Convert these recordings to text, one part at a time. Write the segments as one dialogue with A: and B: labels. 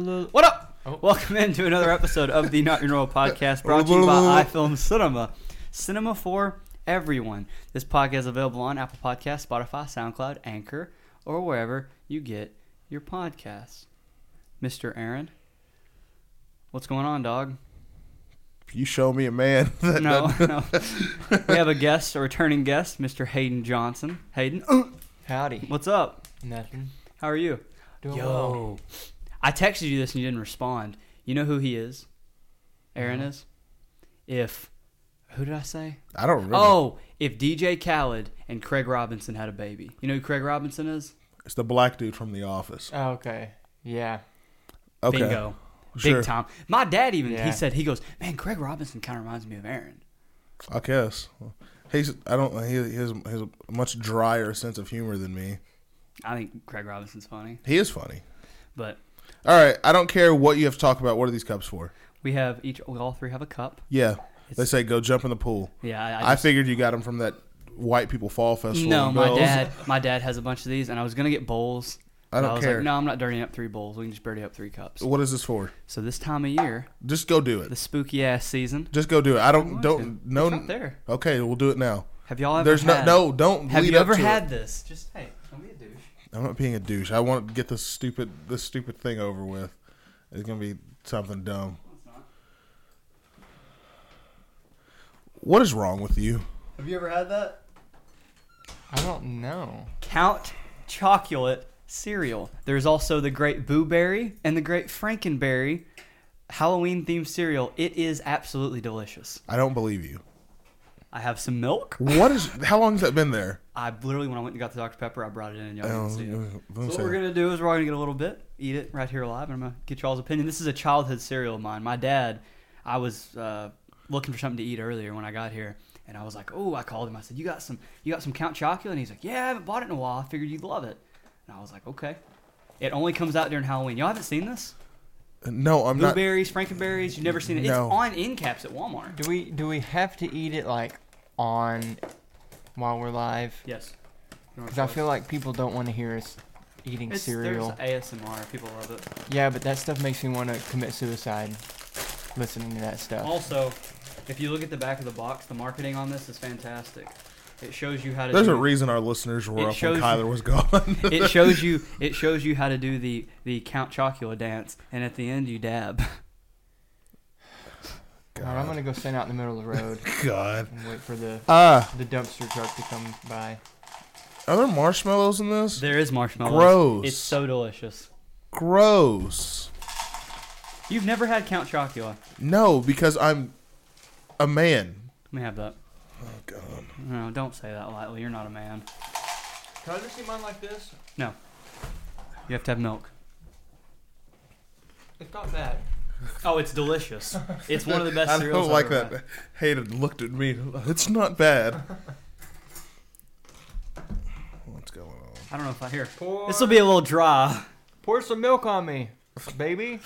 A: What up? Welcome into another episode of the Not Your Normal Podcast brought to you by iFilm Cinema. Cinema for everyone. This podcast is available on Apple Podcasts, Spotify, SoundCloud, Anchor, or wherever you get your podcasts. Mr. Aaron, what's going on, dog?
B: You show me a man. That
A: No,
B: doesn't-
A: no. We have a guest, a returning guest, Mr. Hayden Johnson. Hayden,
C: Howdy.
A: what's up?
C: Nothing.
A: How are you?
C: Doing well.
A: Yo, I texted you this and you didn't respond. You know who he is? Aaron is. If who did I say?
B: I don't remember.
A: Oh, if DJ Khaled and Craig Robinson had a baby. You know who Craig Robinson is?
B: It's the black dude from The Office.
C: Oh, okay. Yeah.
B: Okay.
A: Bingo.
B: Sure.
A: Big time. My dad even
C: Yeah.
A: he said he goes, man, Craig Robinson kind of reminds me of Aaron.
B: I guess. He's. I don't. He, he, has, he has a much drier sense of humor than me.
A: I think Craig Robinson's funny,
B: He is funny.
A: but
B: All right. I don't care what you have to talk about. What are these cups for?
A: we have each, we all three have a cup.
B: Yeah. They say go jump in the pool.
A: Yeah, I, I
B: I, figured you got them from that white people fall festival.
A: No,
B: in
A: my
B: Bells.
A: dad. My dad has a bunch of these, and I was gonna get bowls. but
B: I don't
A: was
B: care.
A: Like, no, I'm not dirtying up three bowls. We can just dirty up three cups.
B: What is this for?
A: So this time of year,
B: Just go do
A: the
B: it.
A: spooky ass season.
B: Just go do it. I don't.
A: want to.
B: Don't. No.
A: It's right there.
B: Okay. We'll do it now.
A: Have y'all ever?
B: There's
A: had,
B: no. No. Don't.
A: Have
B: lead
A: you
B: up
A: ever
B: to it.
A: had this? Just hey, don't be a douche.
B: I'm not being a douche. I want to get this stupid this stupid thing over with. It's gonna be something dumb. What is wrong with you?
A: Have you ever had that?
C: I don't know.
A: Count chocolate cereal. There's also the Great Boo Berry and the Great Frankenberry Halloween themed cereal. It is absolutely delicious.
B: I don't believe you.
A: I have some milk.
B: What is? How long has that been there?
A: I literally, when I went and got the Dr Pepper, I brought it in and y'all
B: Oh,
A: didn't see it.
B: let me
A: So what
B: see.
A: we're gonna do is we're all gonna get a little bit, eat it right here live, and I'm gonna get y'all's opinion. This is a childhood cereal of mine. My dad, I was uh, looking for something to eat earlier when I got here, and I was like, "Oh," I called him. I said, "You got some? You got some Count Chocula?" And he's like, "Yeah, I haven't bought it in a while. I figured you'd love it." And I was like, "Okay." It only comes out during Halloween. Y'all haven't seen this?
B: no, I'm not.
A: Blueberries, Frankenberries. You've never seen it.
B: No.
A: It's on end caps at Walmart.
C: Do we do we have to eat it like on while we're live?
A: Yes.
C: Because I feel like people don't want to hear us eating
A: it's,
C: cereal.
A: There's ASMR. People love it.
C: Yeah, but that stuff makes me want to commit suicide. Listening to that stuff.
A: Also, if you look at the back of the box, the marketing on this is fantastic. It shows you how to.
B: There's
A: do,
B: a reason our listeners were
A: It
B: up when
A: shows-
B: Kyler was gone.
A: It shows you. It shows you how to do the the Count Chocula dance, and at the end you dab.
C: God, I'm gonna go stand out in the middle of the road
B: God.
C: and wait for the
B: Ah,
C: the dumpster truck to come by.
B: are there marshmallows in this?
A: There is marshmallows.
B: Gross.
A: It's so delicious.
B: Gross.
A: You've never had Count Chocula.
B: No, because I'm a man.
A: Let me have that.
B: Oh God.
A: No, don't say that lightly. You're not a man.
C: Can I just eat mine like this?
A: No. You have to have milk.
C: It's not bad.
A: Oh, it's delicious. It's one of the best
B: I
A: cereals.
B: don't like
A: I've ever had.
B: that. Hayden looked at me. It's not bad. What's going on?
A: I don't know if I hear.
C: Pour,
A: This will be a little dry.
C: pour some milk on me, baby.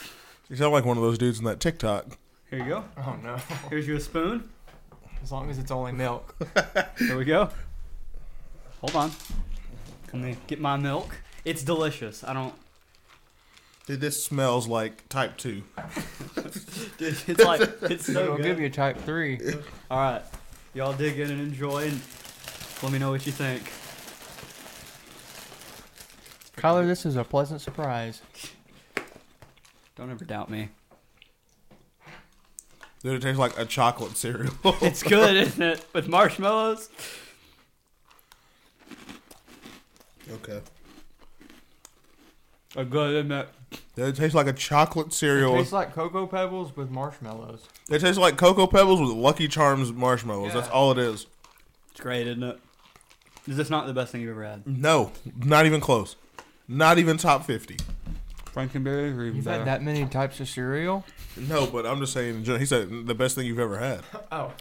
B: You sound like one of those dudes in that TikTok.
A: Here you go.
C: Oh no.
A: Here's your spoon.
C: As long as it's only milk.
A: Here we go. Hold on. Let me get my milk. It's delicious. I don't.
B: Dude, this smells like type two.
A: It's like it's so
C: It'll give
A: good.
C: you a type three.
A: All right, y'all dig in and enjoy, and let me know what you think.
C: Kyler, this is a pleasant surprise.
A: Don't ever doubt me.
B: Dude, it tastes like a chocolate cereal.
A: It's good, isn't it? With marshmallows.
B: okay.
A: A good, isn't it?
B: Dude, it tastes like a chocolate
C: It
B: cereal. It
C: tastes
B: tastes like,
C: like cocoa pebbles with marshmallows.
B: Cocoa Pebbles with Lucky Charms marshmallows. That's
C: Yeah.
B: all it is.
A: It's great, isn't it? Is this not the best thing you've ever had?
B: No, not even close. Not even top 50.
A: Frankenberry or even
C: You've had that many types of cereal?
B: No, but I'm just saying, in general, he said the best thing you've ever had.
C: Oh.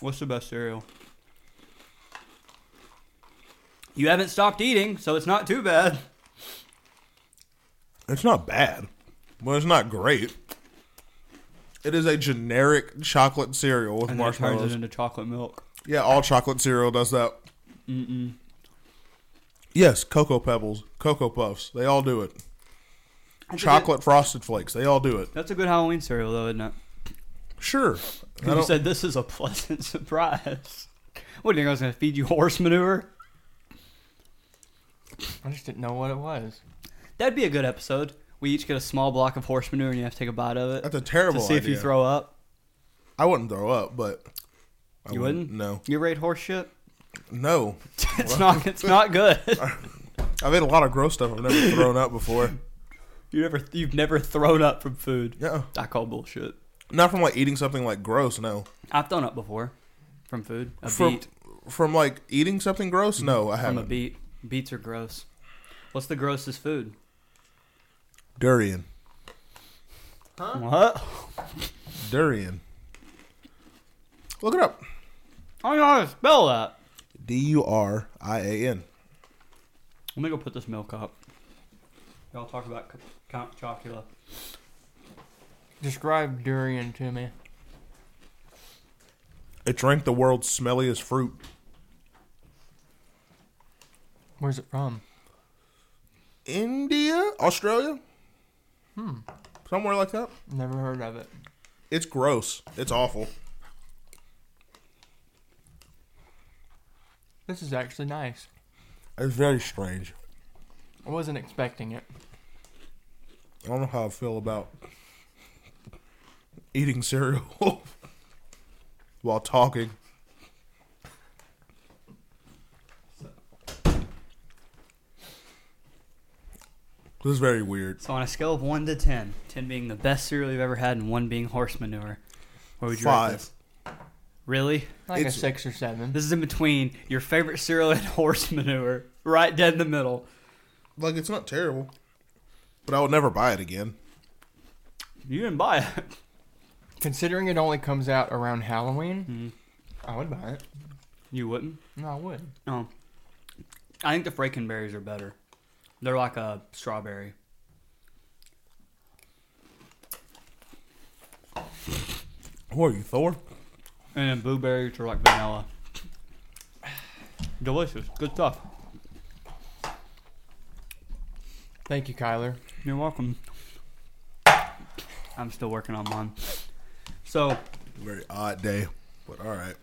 A: What's the best cereal? You haven't stopped eating, so it's not too bad.
B: It's not bad, but it's not great. It is a generic chocolate cereal with
A: And then it turns
B: marshmallows.
A: it into chocolate milk.
B: yeah, all chocolate cereal does that.
A: Mm-mm.
B: Yes, Cocoa Pebbles, Cocoa Puffs, they all do it.
A: That's a
B: chocolate frosted flakes. They all do it.
A: Good, that's a good Halloween cereal, though, isn't it?
B: Sure. I
A: You
B: don't-
A: said this is a pleasant surprise. What do you think I was going to feed you horse manure?
C: I just didn't know what it was.
A: That'd be a good episode. We each get a small block of horse manure and you have to take a bite of it
B: that's a terrible
A: to see if you
B: idea.
A: throw up.
B: I wouldn't throw up, but I
A: You wouldn't?
B: No,
A: You rate horse shit?
B: no.
A: It's not. It's not good.
B: I've ate a lot of gross stuff. I've never thrown up before.
A: You never. You've never thrown up from food.
B: Yeah,
A: I call bullshit.
B: not from like eating something like gross. No,
A: I've thrown up before from food. A
B: from
A: beet.
B: from like eating something gross. No, I
A: From a
B: haven't.
A: beet. Beets are gross. What's the grossest food?
B: Durian,
A: What?
B: durian. Look it up.
A: I don't know how to spell that.
B: D U R I A N.
A: Let me go put this milk up. Y'all talk about c- Count Chocula.
C: Describe durian to me.
B: It's ranked the world's smelliest fruit.
C: Where's it from?
B: India, Australia, hmm, somewhere like that.
C: Never heard of it.
B: It's gross. It's awful.
C: This is actually nice.
B: It's very strange.
C: I wasn't expecting it.
B: I don't know how I feel about eating cereal while talking. This is very weird.
A: So on a scale of one to ten, ten being the best cereal you've ever had, and one being horse manure, where would you
B: Five.
A: rate this? Really?
C: Like
B: It's-
C: a six or seven.
A: This is in between your favorite cereal and horse manure, right dead in the middle.
B: Like it's not terrible, but I would never buy it again.
A: You didn't buy it.
C: Considering it only comes out around Halloween, I would buy it.
A: You wouldn't.
C: No, I would.
A: No. I think the Frankenberries are better. They're like a strawberry.
B: Who are you, Thor?
A: And then blueberries are like vanilla. Delicious. Good stuff.
C: Thank you, Kyler.
A: You're welcome. I'm still working on mine. So,
B: Very odd day, but all right.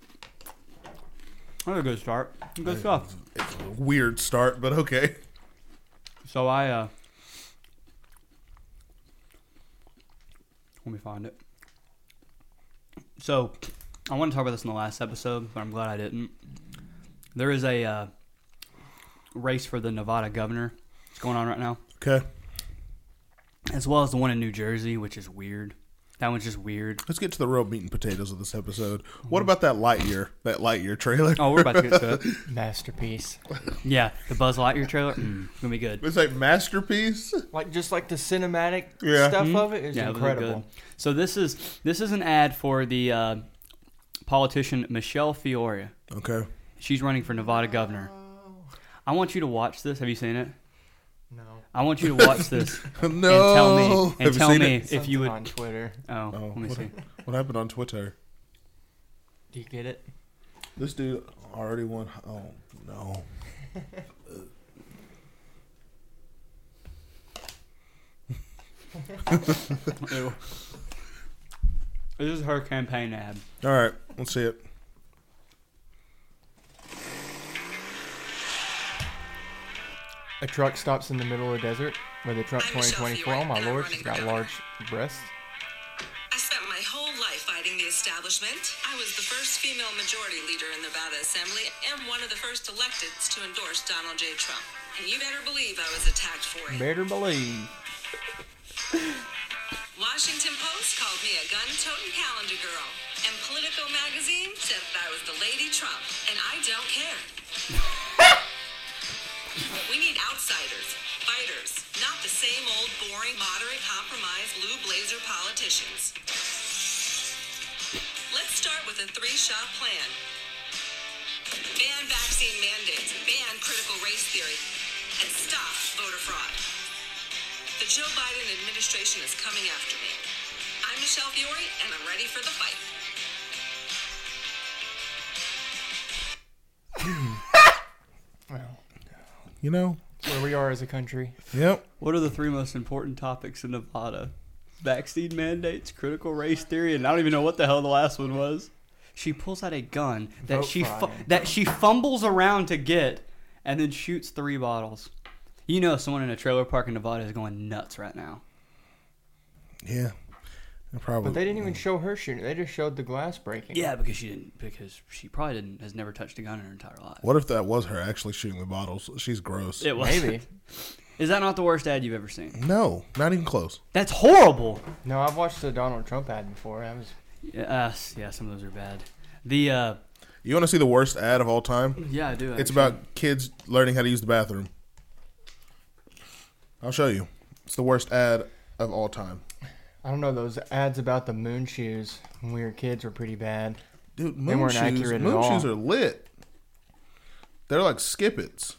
A: that's a good start. Good stuff.
B: It's a weird start, but okay.
A: So I, uh... Let me find it. So, I want to talk about this in the last episode, but I'm glad I didn't. There is a uh, race for the Nevada governor. It's going on right now.
B: Okay,
A: as well as the one in New Jersey, which is weird. That one's just weird.
B: let's get to the real meat and potatoes of this episode. What about that Lightyear? That Lightyear trailer?
A: Oh, we're about to get to it.
C: Masterpiece.
A: Yeah, the Buzz Lightyear trailer. Mm, gonna be good.
B: It's like masterpiece.
C: like just like the cinematic
B: Yeah.
C: stuff of it is
A: Yeah, it'll be
C: incredible.
A: good. So this is this is an ad for the uh, politician Michelle Fiore.
B: Okay.
A: She's running for Nevada governor. I want you to watch this. Have you seen it?
C: No.
A: I want you to watch this
B: no.
A: and tell me and
B: Have you
A: tell
B: seen
A: me
B: it?
A: if you would.
C: on Twitter.
A: Oh,
B: Oh,
A: let me
B: what,
A: see.
B: what happened on Twitter?
C: Do you get it?
B: This dude already won. Oh no.
A: Ew. This is her campaign ad.
B: All right, let's see it.
C: A truck stops in the middle of the desert with a Trump
D: I'm Michelle
C: 2024. Oh
D: Fiore,
C: my
D: and I'm
C: lord,
D: running
C: she's
D: for
C: got
D: governor.
C: large breasts.
D: I spent my whole life fighting the establishment. I was the first female majority leader in Nevada Assembly and one of the first electeds to endorse Donald J. Trump. And you better believe I was attacked for it.
C: Better believe.
D: Washington Post called me a gun-toting calendar girl. And Politico magazine said that I was the Lady Trump. And I don't care. we need outsiders, fighters, not the same old boring, moderate, compromised, blue blazer politicians. Let's start with a three-shot plan. Ban vaccine mandates, ban critical race theory, and stop voter fraud. The Joe Biden administration is coming after me. I'm Michelle Fiore, and I'm ready for the fight.
C: Well,
B: You know,
C: where we are as a country.
B: Yep.
A: What are the three most important topics in Nevada? Vaccine mandates, critical race theory, and I don't even know what the hell the last one was. She pulls out a gun that
C: Vote
A: she fu-
C: Friday.
A: that she fumbles around to get, and then shoots three bottles. You know, someone in a trailer park in Nevada is going nuts right now.
B: Yeah. They're Probably.
C: But they didn't even show her shooting. They just showed the glass breaking.
A: Yeah, because she didn't. Because she probably didn't. Has never touched a gun in her entire life.
B: What if that was her actually shooting the bottles? She's gross.
A: It was.
C: Maybe.
A: Is that not the worst ad you've ever seen?
B: No, not even close.
A: That's horrible.
C: No, I've watched the Donald Trump ad before. I was
A: Yeah, uh, yeah, some of those are bad. The uh,
B: You want to see the worst ad of all time?
A: yeah, I do.
B: It's
A: actually.
B: about kids learning how to use the bathroom. I'll show you. It's the worst ad of all time.
C: I don't know, those ads about the moon shoes when we were kids were pretty bad.
B: Dude, moon
C: weren't
B: shoes,
C: accurate at
B: moon
C: all.
B: shoes are lit. They're like skippets.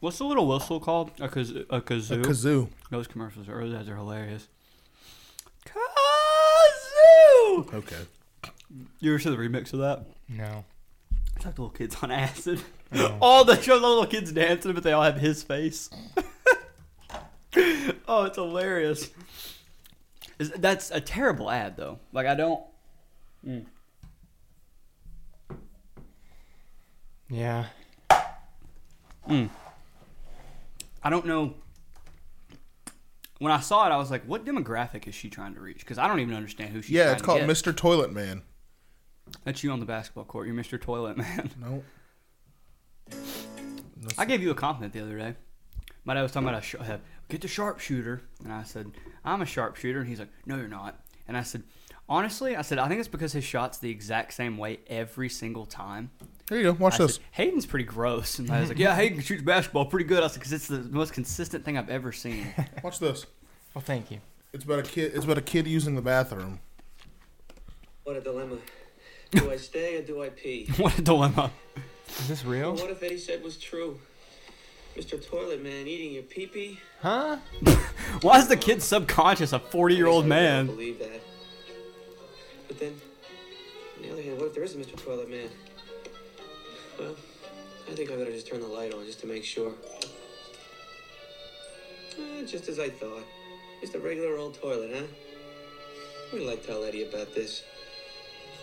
A: what's the little whistle called? A, kaz- a kazoo.
B: Kazoo.
A: those commercials or those ads are hilarious. Kazoo.
B: Okay.
A: You ever see the remix of that?
C: No.
A: It's like the little kids on acid. all the show the little kids dancing, but they all have his face. oh, it's hilarious. Is, that's a terrible ad, though. Like I don't.
C: Yeah.
A: I don't know. When I saw it, I was like, "What demographic is she trying to reach?" Because I don't even understand who she's.
B: Yeah,
A: trying
B: it's called
A: to get.
B: Mr. Toilet Man.
A: That's you on the basketball court. You're Mr. Toilet Man.
B: No.
A: I gave you a compliment the other day. My dad was talking about a sh- uh, get the sharpshooter, and I said, "I'm a sharpshooter," and he's like, "No, you're not." And I said, "Honestly," I said, "I think it's because his shot's the exact same way every single time."
B: There you go. Watch
A: I
B: this.
A: said, Hayden's pretty gross, and I was like, "Yeah, Hayden shoots basketball pretty good." I said, "Because it's the most consistent thing I've ever seen."
B: Watch this.
C: Well, thank you.
B: It's about a kid. It's about a kid using the bathroom.
E: What a dilemma. Do I stay or do I pee?
A: what a dilemma!
C: Is this real?
E: What if Eddie said was true? Mr. Toilet Man eating your pee pee?
C: Huh?
A: Why is the kid's subconscious a forty-year-old
E: I
A: man?
E: believe that. But then, on the other hand, what if there is a Mr. Toilet Man? Well, I think I better just turn the light on just to make sure. Eh, just as I thought. Just a regular old toilet, huh? We'd like to tell Eddie about this.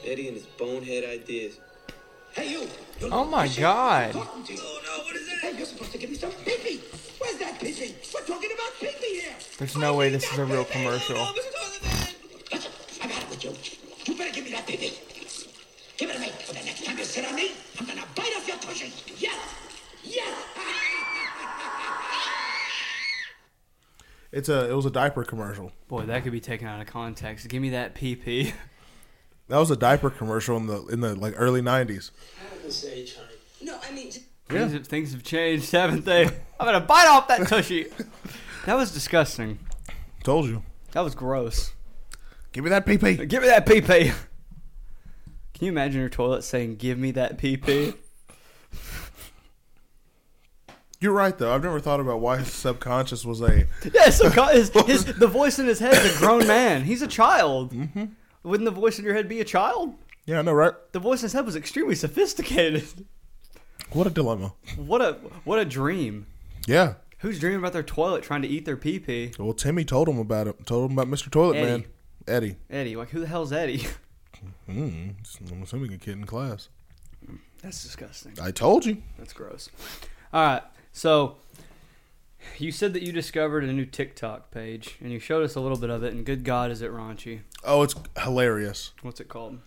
E: Eddie and his bonehead ideas. Hey, you! You're
C: Oh my god.
F: Talking to you.
E: Oh no, what is that?
F: Hey, you're supposed to give me some pee-pee. Where's that pee-pee? We're talking about pee-pee here. Oh,
C: There's no way this is a real commercial.
F: Listen, I've had it with you. You better give me that pee-pee. Give it to me. For the next time you sit on me, I'm gonna bite off your cushion. Yes. Yes.
B: It's a. It was a diaper commercial.
A: Boy, that could be taken out of context. Give me that PP.
B: That was a diaper commercial in the in the like early nineties.
F: No, I mean,
A: Things, have, things have changed, haven't they? I'm gonna bite off that tushy. that was disgusting.
B: Told you.
A: That was gross.
B: Give me that pee pee.
A: Give me that pee pee. Can you imagine your toilet saying, "Give me that pee pee"?
B: You're right though. I've never thought about why his subconscious was a.
A: yeah, so co- his, his, the voice in his head is a grown man. He's a child. Mm-hmm. Wouldn't the voice in your head be a child?
B: Yeah, I know, right?
A: The voice in his head was extremely sophisticated.
B: What a dilemma.
A: What a what a dream.
B: Yeah.
A: Who's dreaming about their toilet trying to eat their pee pee?
B: Well, Timmy told him about it. Told him about Mr. Toilet
A: Eddie.
B: Man. Eddie.
A: Eddie, like who the hell's Eddie?
B: Mm, I'm assuming a kid in class.
A: That's disgusting.
B: I told you.
A: That's gross. All right. So you said that you discovered a new TikTok page and you showed us a little bit of it and good god is it raunchy.
B: Oh, it's hilarious.
A: What's it called?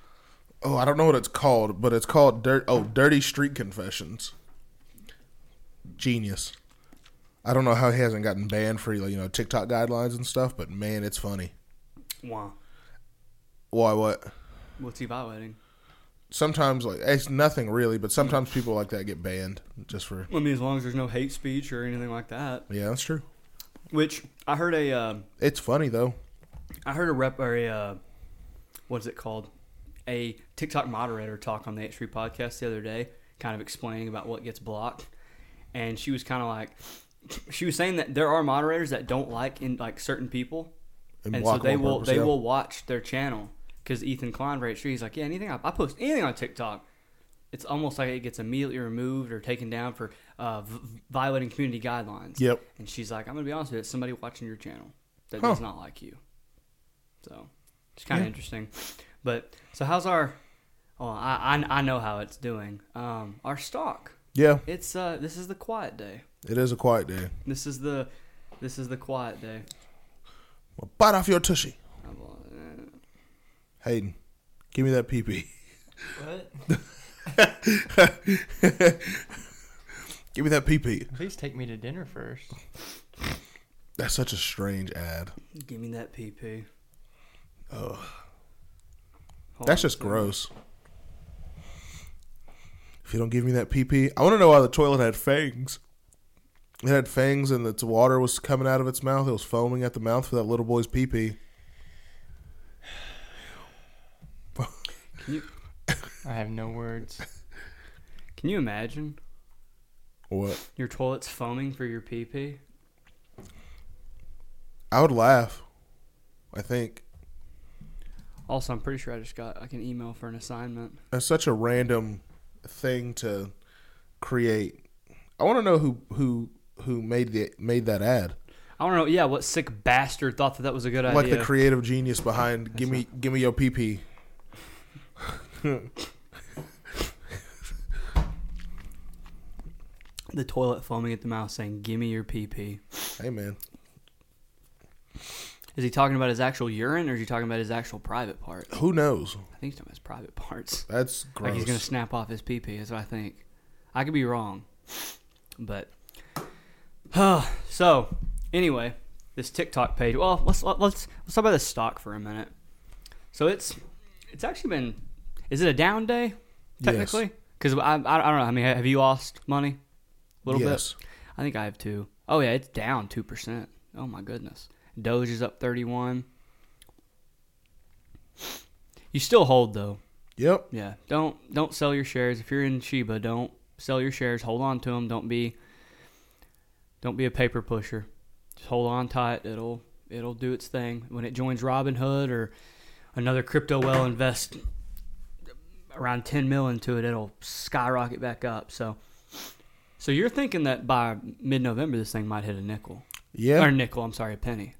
B: Oh, I don't know what it's called, but it's called dirt. Oh, Dirty Street Confessions. Genius. I don't know how he hasn't gotten banned for like, you know TikTok guidelines and stuff, but man, it's funny.
A: Wow.
B: Why? What?
A: What's he violating?
B: Sometimes like it's nothing really, but sometimes people like that get banned just for.
A: I mean, as long as there's no hate speech or anything like that.
B: Yeah, that's true.
A: Which I heard a, uh,
B: It's funny though.
A: I heard a rep or a, uh, what's it called? A TikTok moderator talk on the H3 podcast the other day, kind of explaining about what gets blocked, and she was kind of like, she was saying that there are moderators that don't like in like certain people,
B: And
A: and so
B: block 'em
A: they
B: on
A: will
B: purpose,
A: they
B: yeah.
A: will watch their channel because Ethan Klein right sure he's like yeah anything I, I post anything on TikTok it's almost like it gets immediately removed or taken down for uh, v- violating community guidelines.
B: Yep.
A: And she's like, I'm going to be honest with you, it's somebody watching your channel that
B: Huh.
A: does not like you. So it's kind of interesting. But so how's our? Oh, I, I I know how it's doing. Um, our stock.
B: Yeah,
A: It's uh, this is the quiet day.
B: it is a quiet day.
A: This is the, this is the quiet day.
B: Well, bite off your tushy,
A: I'm, uh,
B: Hayden. Give me that pee pee.
C: What?
B: Give me that pee pee.
C: Please take me to dinner first.
B: That's such a strange ad.
A: Give me that pee pee. Oh.
B: That's just gross. If you don't give me that pee pee, I want to know why the toilet had fangs. It had fangs, and its water was coming out of its mouth. It was foaming at the mouth for that little boy's pee pee.
C: I have no words.
A: Can you imagine
B: What?
A: your toilet's foaming for your pee pee?
B: I would laugh. I think
A: Also, I'm pretty sure I just got like an email for an assignment.
B: that's such a random thing to create. I want to know who who who made the made that ad.
A: I don't know. Yeah, what sick bastard thought that that was a good
B: Like
A: idea?
B: the creative genius behind "Give me, give me your pee pee."
A: the toilet foaming at the mouth, saying, "Give me your pee pee."
B: Hey man,
A: Is he talking about his actual urine, or is he talking about his actual private parts?
B: who knows?
A: I think he's talking about his private parts.
B: That's
A: Like he's gonna
B: gross.
A: snap off his pee pee. Is what I think. I could be wrong, but so anyway, this TikTok page. Well, let's let's let's talk about this stock for a minute. So it's it's actually been. Is it a down day? Technically, because I, I I don't know. I mean, have you lost money? A little
B: Yes.
A: bit. I think I have two. Oh yeah, it's down two percent. Oh my goodness. Doge is up thirty one. You still hold though.
B: Yep.
A: Yeah, don't don't sell your shares if you're in Shiba. Don't sell your shares. Hold on to them. Don't be don't be a paper pusher. Just hold on tight. It'll it'll do its thing when it joins Robinhood or another crypto well invest around 10 mil into it. It'll skyrocket back up. So so you're thinking that by mid November this thing might hit a nickel
B: Yeah.
A: or nickel. I'm sorry, a penny.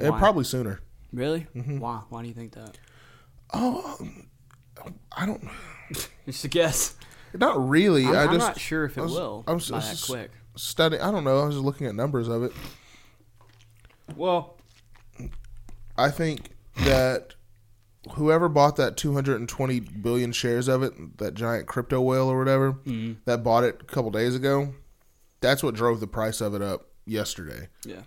B: And
A: Why?
B: probably sooner.
A: Really?
B: Mm-hmm.
A: Why? Why do you think that?
B: Um, I don't.
A: Just a guess.
B: Not really.
A: I'm,
B: I
A: I'm
B: just,
A: not sure if it
B: I was-
A: will.
B: I was
A: by
B: just
A: that quick.
B: Study. I don't know. I was just looking at numbers of it.
A: Well,
B: I think that whoever bought that 220 billion shares of it, that giant crypto whale or whatever,
A: Mm-hmm.
B: that bought it a couple days ago, that's what drove the price of it up yesterday.
A: yeah.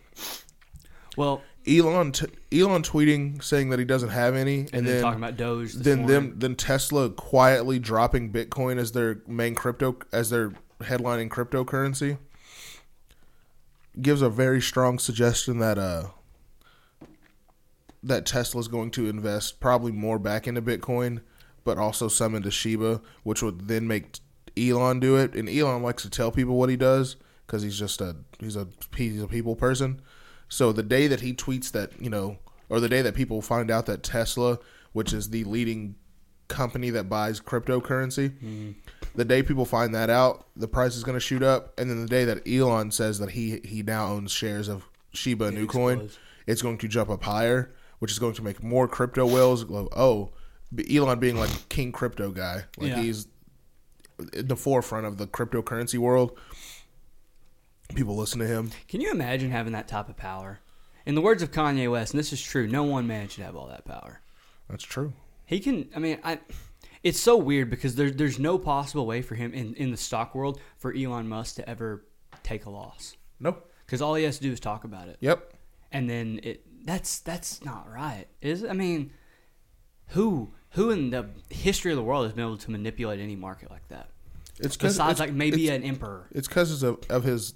A: Well,
B: Elon t- Elon tweeting saying that he doesn't have any, and,
A: and, then,
B: then
A: talking about Doge. This
B: then
A: morning.
B: them then Tesla quietly dropping Bitcoin as their main crypto as their headlining cryptocurrency gives a very strong suggestion that uh that Tesla's going to invest probably more back into Bitcoin, but also some into Shiba, which would then make Elon do it. And Elon likes to tell people what he does because he's just a he's a he's a people person. So the day that he tweets that you know, or the day that people find out that Tesla, which is the leading company that buys cryptocurrency,
A: Mm-hmm.
B: the day people find that out, the price is going to shoot up. And then the day that Elon says that he he now owns shares of Shiba New Coin,
A: explodes.
B: it's going to jump up higher, which is going to make more crypto whales go, oh, B- Elon being like king crypto guy. Like
A: Yeah.
B: he's in the forefront of the cryptocurrency world. People listen to him.
A: Can you imagine having that type of power? In the words of Kanye West, and this is true, no one man should have all that power.
B: That's true.
A: He can. I mean, I. It's so weird because there's there's no possible way for him in in the stock world for Elon Musk to ever take a loss
B: Nope.
A: because all he has to do is talk about it.
B: Yep.
A: and then it that's that's not right is it? i mean who who in the history of the world has been able to manipulate any market like that
B: It's 'cause-
A: besides
B: it's-
A: like maybe
B: it's-
A: an emperor
B: It's because of, of his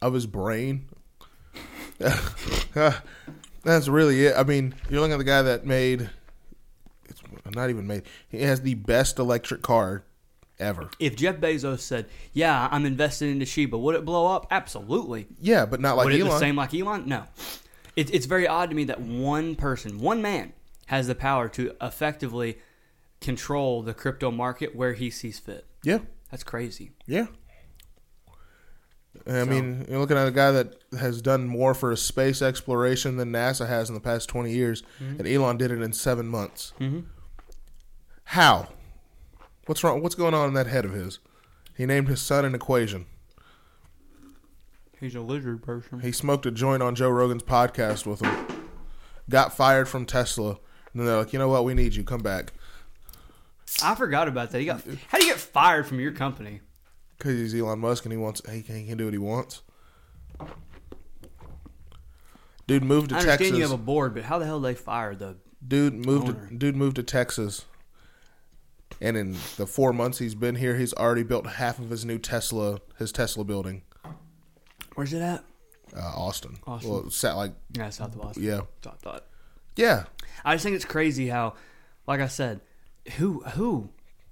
B: of his brain. That's really it. I mean, you're looking at the guy that made it's not even made. He has the best electric car ever.
A: if jeff bezos said yeah i'm invested into shiba would it blow up absolutely
B: Yeah, but not like
A: would it the
B: Elon.
A: same like elon no it, it's very odd to me that one person one man has the power to effectively control the crypto market where he sees fit.
B: Yeah.
A: That's crazy.
B: Yeah. I mean, you're looking at a guy that has done more for space exploration than NASA has in the past 20 years,
A: Mm-hmm.
B: and Elon did it in seven months. Mm-hmm. How? What's wrong? What's going on in that head of his? He named his son an equation.
A: He's a lizard person.
B: He smoked a joint on Joe Rogan's podcast with him. Got fired from Tesla, and then they're like, "You know what? We need you. Come back."
A: I forgot about that. He got how do you get fired from your company?
B: Because he's Elon Musk and he wants he can, he can do what he wants. Dude moved to
A: I understand
B: Texas.
A: you have a board, but how the hell they fire the
B: dude moved
A: owner.
B: to, dude moved to Texas, and in the four months he's been here, he's already built half of his new Tesla his Tesla building,
A: Where's it at?
B: uh, Austin.
A: Austin.
B: Well, it's at like
A: Yeah, South of Boston.
B: yeah,
A: That's what I thought.
B: yeah.
A: I just think it's crazy how, like I said, who who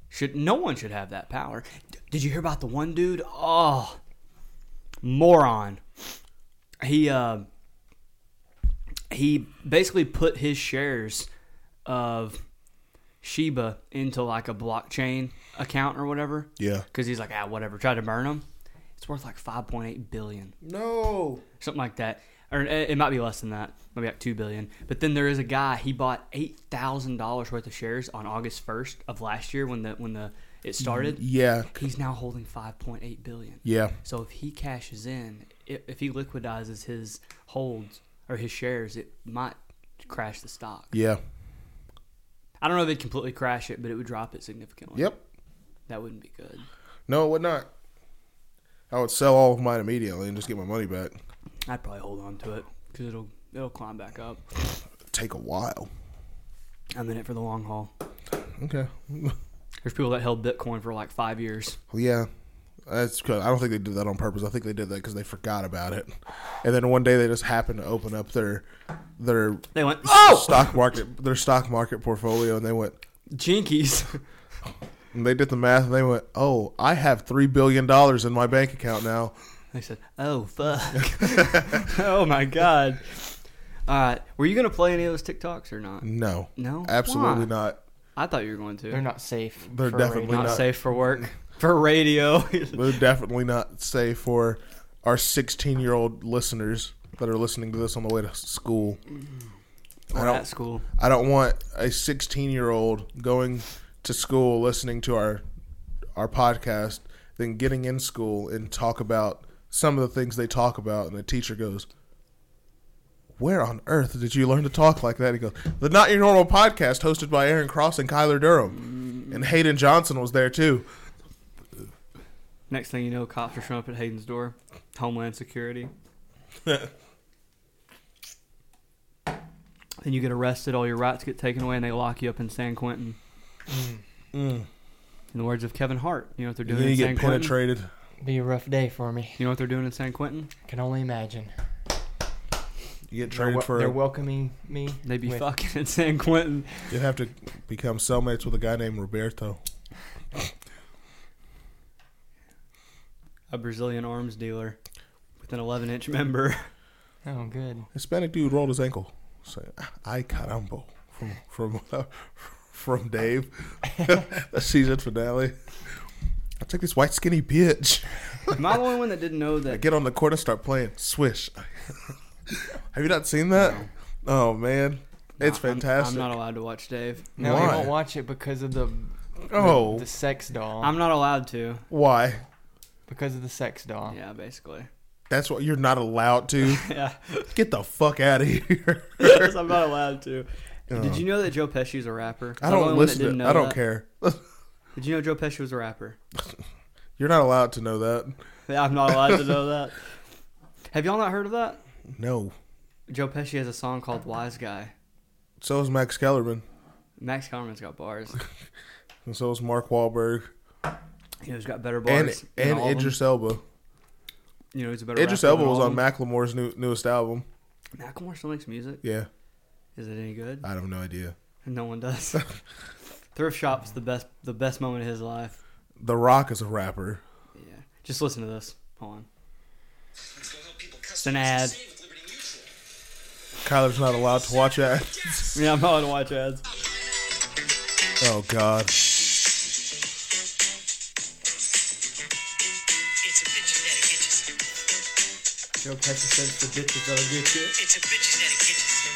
A: should no one should have that power. D- Did you hear about the one dude? Oh, moron. He uh, he basically put his shares of Sheba into like a blockchain account or whatever.
B: Yeah.
A: Because he's like ah whatever, try to burn them. It's worth like five point eight billion
B: No.
A: something like that. Or uh, it it might be less than that, maybe like two billion. But then there is a guy he bought eight thousand dollars worth of shares on August first of last year when the when the it started.
B: Mm, Yeah,
A: He's now holding five point eight billion.
B: yeah.
A: So if he cashes in, if, if he liquidizes his holds or his shares, it might crash the stock.
B: Yeah.
A: I don't know if it'd completely crash it, but it would drop it significantly.
B: Yep.
A: that wouldn't be good.
B: No, it would not. I would sell all of mine immediately and just get my money back.
A: I'd probably hold on to it because it'll it'll climb back up.
B: Take a while.
A: I'm in it for the long haul.
B: Okay. well,
A: There's people that held Bitcoin for like five years.
B: yeah. That's good. I don't think they did that on purpose. I think they did that because they forgot about it, and then one day they just happened to open up their their
A: They went, oh,
B: stock market their stock market portfolio, and they went
A: jinkies.
B: and they did the math, and they went, oh, I have three billion dollars in my bank account now.
A: They said, oh, fuck. oh, my God. All right. Were you going to play any of those TikToks or not?
B: No,
A: No?
B: absolutely
A: Why?
B: not.
A: I thought you were going to.
C: They're not safe.
B: They're
C: for
B: definitely
A: Not
C: radio.
B: not.
A: safe for work, for radio.
B: They're definitely not safe for our 16 year old listeners that are listening to this on the way to school. I
A: at
B: don't,
A: school.
B: I don't want a 16 year old going to school listening to our our podcast, then getting in school and talk about some of the things they talk about, and the teacher goes, where on earth did you learn to talk like that? He goes, the Not Your Normal podcast hosted by Aaron Cross and Kyler Durham. And Hayden Johnson was there too.
A: Next thing you know, cops are showing up at Hayden's door. Homeland Security. then you get arrested, all your rights get taken away, and they lock you up in San Quentin. In the words of Kevin Hart, you know what they're
B: And
A: doing
B: then Mm. you
A: in
B: get
A: San Quentin?
B: penetrated.
C: Be a rough day for me.
A: You know what they're doing in San Quentin?
C: I can only imagine.
B: You get
C: They're,
B: traded
C: wel-
B: for.
C: they're welcoming me.
A: They be
C: with-
A: fucking in San Quentin.
B: You'd have to become cellmates with a guy named Roberto.
A: A Brazilian arms dealer with an 11 inch member.
C: Oh, good.
B: Hispanic dude rolled his ankle. Say, "Ay caramba!" from from from Dave. the season finale. I took this white skinny bitch.
A: Am I the only one that didn't know
B: I
A: that?
B: get on the court and start playing swish. have you not seen that? Oh man, it's
A: I'm-
B: fantastic. Hmm.
A: I'm, not allowed to watch Dave.
C: No,
B: Why?
C: they won't watch it because of the
B: oh,
C: the sex doll.
A: I'm not allowed to.
B: why?
C: because of the sex doll.
A: Yeah, basically.
B: That's what you're not allowed to.
A: Yeah,
B: Get the fuck out of here.
A: I'm not allowed to.
B: Oh.
A: Did you know that Joe Pesci's a rapper?
B: I
A: I'm the
B: don't
A: only one that
B: listen
A: didn't
B: to.
A: know
B: I don't
A: that.
B: care.
A: Did you know Joe Pesci was a rapper?
B: You're not allowed to know that.
A: Yeah, I'm not allowed to know that. Have y'all not heard of that?
B: No.
A: Joe Pesci has a song called "Wise Guy."
B: So is Max Kellerman.
A: Max Carmen's got bars.
B: And so is Mark Wahlberg.
A: You know, he's got better
B: And
A: bars. than
B: and
A: all of them.
B: Idris Elba.
A: You know, he's a better.
B: Idris
A: rapper than
B: Elba was
A: all
B: on
A: of them.
B: Macklemore's new, newest album.
A: Macklemore still makes music.
B: Yeah.
A: Is it any good?
B: I have no idea.
A: No one does. Thrift shop's the best. The best moment of his life.
B: The Rock is a rapper.
A: Yeah. Just listen to this. Hold on.
G: It's gonna help people
A: an
G: customize and
A: ad.
G: save with Liberty Mutual.
B: Kyler's not allowed to watch that.
A: Yeah, I'm not gonna watch ads.
G: Yes.
B: Oh God.
H: It's a bitches that'll get you.
C: Joe Pesci says the bitches that'll get you.
H: It's a bitches that'll get you.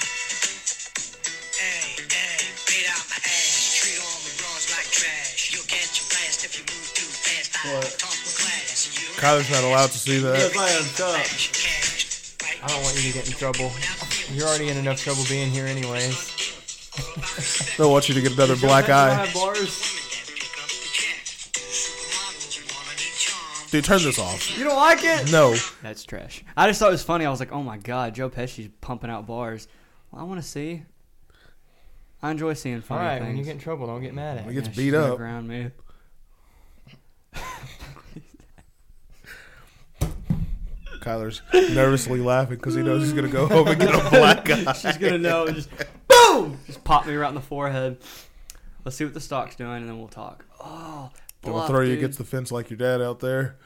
H: Hey, hey, bait out my ass. Treat all my bras like trash. You'll get your blast if you move too fast. I
C: What?
H: talk with class. You
B: Kyler's not allowed to see that.
C: I don't want you to get in trouble. You're already in enough trouble being here anyway.
B: They'll want you to get another black eye.
C: Bars.
B: Dude, turn this off.
A: You don't like it?
B: No.
A: That's trash. I just thought it was funny. I was like, oh my god, Joe Pesci's pumping out bars. Well, I want to see. I enjoy seeing
C: All
A: funny
C: right,
A: things.
C: when you get in trouble, don't get mad at
B: He
C: me.
B: gets
A: Yeah,
B: beat
A: she's on the
B: up.
A: Ground, man.
B: Kyler's nervously laughing because he knows he's gonna go home and get a black eye.
A: She's gonna know. and Just boom! Just pop me right in the forehead. Let's see what the stock's doing, and then we'll talk. Oh,
B: Don't
A: bluff,
B: throw you
A: dude.
B: against the fence like your dad out there.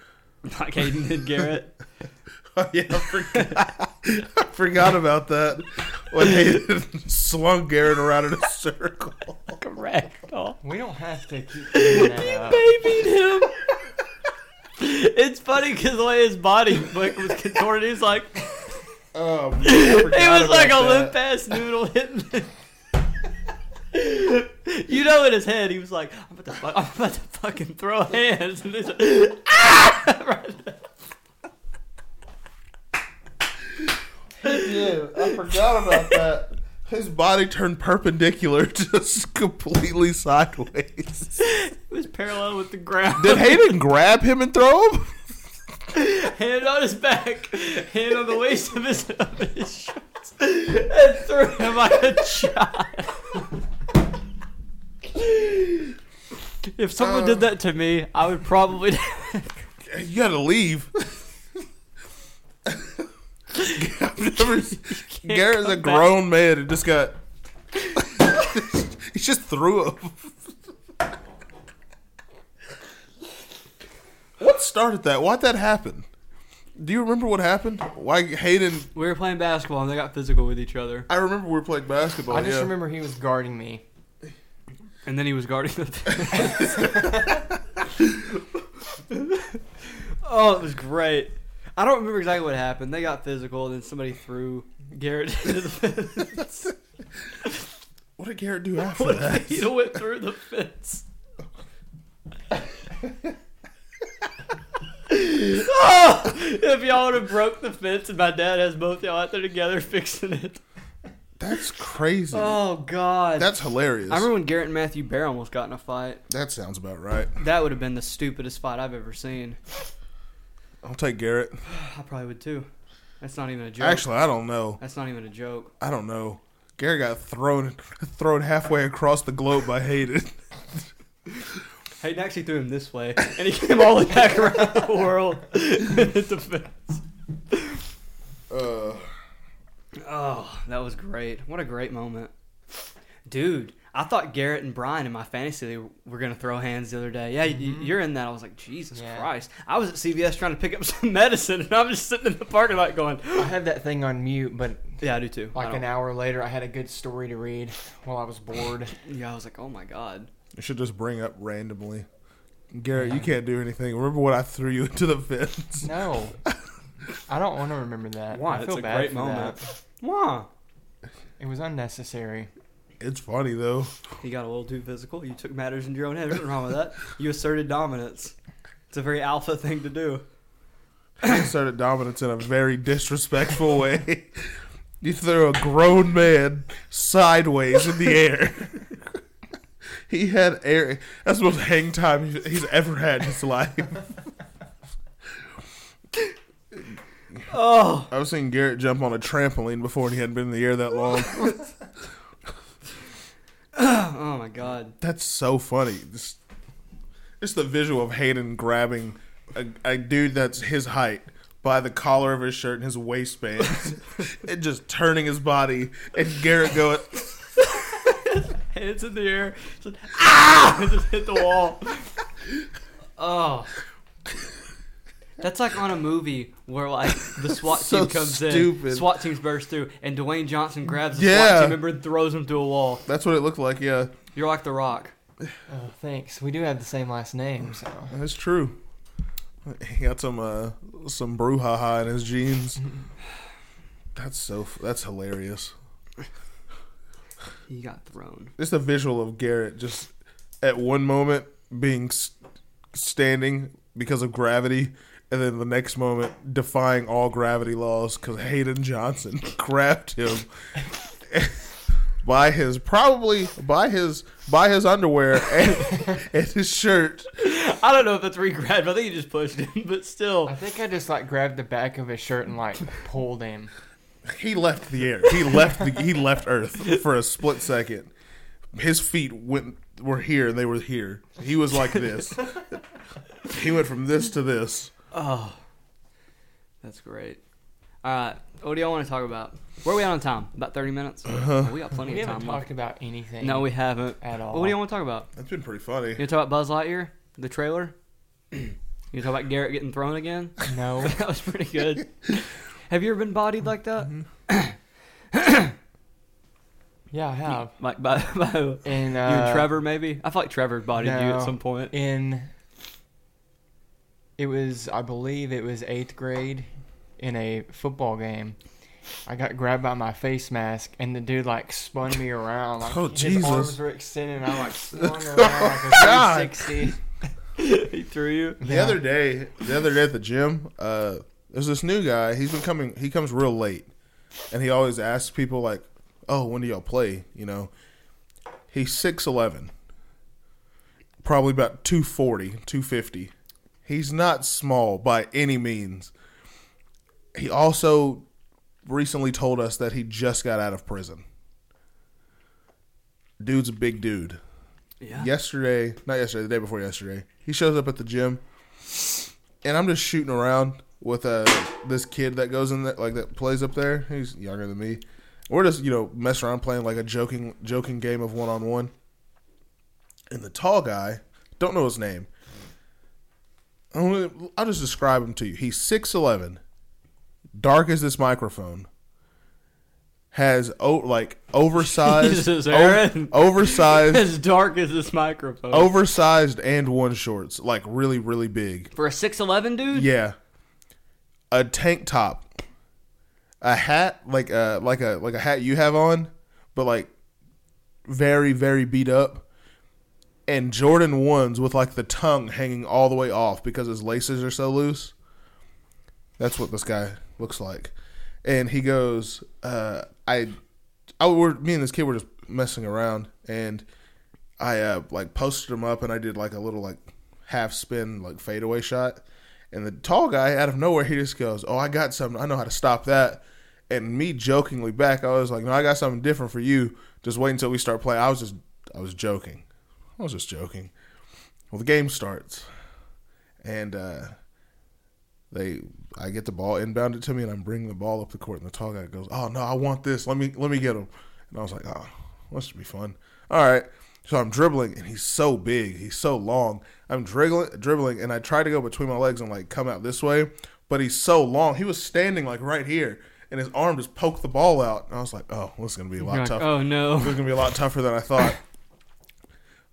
A: like Aiden did Garrett.
B: Oh, yeah, I forgot, I forgot about that. When Hayden slung Garrett around in a circle.
A: Correct. Oh,
C: We don't have to keep bringing that up.
A: babied him. it's funny because the way his body like, was contorted, he's like
B: Oh, man,
A: It was like a limp ass noodle hitting. the- you know, in his head, he was like, "I'm about to, fuck, I'm about to fucking throw hands." And it's like, ah! Right there.
B: Dude, I forgot about that. His body turned perpendicular, just completely sideways.
A: it was parallel with the ground.
B: Did Hayden grab him and throw him?
A: hand on his back, hand on the waist of his, of his shorts, and threw him like a child. if someone did that to me, I would probably.
B: You gotta leave. I've never- Garrett's a
A: come back.
B: grown man and just got. he just threw him. what started that? Why'd that happen? Do you remember what happened? Why Hayden?
A: we were playing basketball and they got physical with each other.
B: I remember we were playing basketball.
C: I just
B: yeah.
C: remember he was guarding me.
A: And then he was guarding the. oh, it was great. I don't remember exactly what happened. They got physical, and then somebody threw Garrett into the fence.
B: What did Garrett do after that?
A: he went through the fence. oh, if y'all would have broke the fence, and my dad has both y'all out there together fixing it.
B: That's crazy.
A: Oh God,
B: That's hilarious.
A: I remember when Garrett and Matthew Bear almost got in a fight.
B: that sounds about right.
A: That would have been the stupidest fight I've ever seen.
B: I'll take Garrett.
A: I probably would too. That's not even a joke.
B: Actually, I don't know.
A: that's not even a joke.
B: I don't know. Gary got thrown thrown halfway across the globe by Hayden.
A: Hayden actually threw him this way, and he came all the way back around the world. It's a fence.
B: Uh,
A: Oh, that was great. What a great moment. Dude, I thought Garrett and Brian in my fantasy league were going to throw hands the other day. Yeah, y you're in that. I was like, Jesus
C: Yeah.
A: Christ. I was at CVS trying to pick up some medicine, and I'm just sitting in the parking lot going,
C: I had that thing on mute, but
A: Yeah, I do too. I
C: like an
A: don't-
C: hour later, I had a good story to read while I was bored.
A: Yeah, I was like, Oh my God.
B: I should just bring up randomly. Garrett, you can't do anything. Remember when I threw you into the fence?
C: No, I don't want to remember that.
A: Why?
C: I
A: That's
C: feel
A: a
C: bad
A: great
C: for
A: moment.
C: that.
A: Wow.
C: It was unnecessary.
B: It's funny though.
A: You got a little too physical. You took matters into your own head. There's nothing wrong with that. You asserted dominance. It's a very alpha thing to do.
B: He asserted dominance in a very disrespectful way. You threw a grown man sideways in the air. he had air. That's the most hang time he's- he's ever had in his life.
A: Oh,
B: I've seen Garrett jump on a trampoline before, and he hadn't been in the air that long.
A: oh my God.
B: That's so funny. Just, just the visual of Hayden grabbing a, a dude that's his height by the collar of his shirt and his waistband, and just turning his body, and Garrett going.
A: Hands in the air. Just, ah! Just hit the wall. Oh. That's like on a movie where like the SWAT
B: So
A: team comes in,
B: stupid.
A: SWAT teams burst through, and Dwayne Johnson grabs the
B: Yeah.
A: SWAT team member and throws him through a wall.
B: That's what it looked like. Yeah,
A: You're like the Rock.
C: Oh, thanks. We do have the same last name, so
B: That's true. He got some uh, some brouhaha in his jeans. That's so. f- That's hilarious.
A: He got thrown.
B: It's the visual of Garrett just at one moment being s standing because of gravity, and then the next moment defying all gravity laws because Hayden Johnson grabbed him by his probably by his by his underwear and, and his shirt.
A: I don't know if that's regrab. but I think he just pushed him. But still,
C: I think I just like grabbed the back of his shirt and like pulled him.
B: He left the air. He left the he left Earth for a split second. His feet went were here and they were here. He was like this. he went from this to this.
A: that's great. All right, what do y'all want to talk about? Where are we at on time? About thirty minutes. We got plenty
C: We
A: of time
C: haven't
A: left.
C: talked about anything.
A: No, we haven't
C: At all.
A: What do you want to talk about?
B: That's been pretty funny.
A: You want to talk about Buzz Lightyear, the trailer? you talk about Garrett getting thrown again?
C: no.
A: that was pretty good. Have you ever been bodied like that?
C: Yeah, I have.
A: Like by, by who?
C: In uh,
A: you and Trevor maybe? I feel like Trevor bodied you
C: no.
A: at some point.
C: in it was I believe it was eighth grade in a football game. I got grabbed by my face mask and the dude like spun me around. Like
B: Oh,
C: his
B: Jesus.
C: arms were extended and I like swung around like a
B: God.
C: 360.
A: he threw you.
B: The other day, the other day at the gym, uh, there's this new guy. He's been coming. He comes real late, and he always asks people like, "Oh, when do y'all play?" You know, he's six eleven, probably about 240, 250. He's not small by any means. He also recently told us that he just got out of prison. Dude's a big dude
A: Yeah.
B: yesterday, not yesterday, the day before yesterday, he shows up at the gym, and I'm just shooting around with uh this kid that goes in there, like that plays up there. He's younger than me. We're just you know mess around playing like a joking joking game of one on one. And the tall guy, don't know his name. I'm gonna- I'll just describe him to you. He's six eleven, dark as this microphone. Has oh like oversized,
A: Jesus,
B: o-
A: Aaron.
B: oversized,
A: As dark as this microphone.
B: oversized and one shorts, like really, really big.
A: For a 6'11 dude?
B: Yeah, a tank top, a hat like a like a like a hat you have on, but like very, very beat up, and Jordan ones with like the tongue hanging all the way off because his laces are so loose. That's what this guy looks like, and he goes, uh, "I, I were me and this kid were just messing around, and I uh, like posted him up, and I did like a little like half spin like fadeaway shot, and the tall guy out of nowhere he just goes, "Oh, I got something. I know how to stop that." And me jokingly back, I was like, "No, I got something different for you. Just wait until we start playing." I was just, I was joking. I was just joking. Well, the game starts, and uh, they, I get the ball inbounded to me, and I'm bringing the ball up the court, and the tall guy goes, "Oh no, I want this. Let me, let me get him." And I was like, "Oh, this should be fun." All right, so I'm dribbling, and he's so big, he's so long. I'm dribbling, dribbling, and I try to go between my legs and like come out this way, but he's so long. He was standing like right here, and his arm just poked the ball out, and I was like, "Oh, this is gonna be a lot
A: You're like,
B: tougher."
A: oh
B: It
A: no.
B: was gonna be a lot tougher than I thought.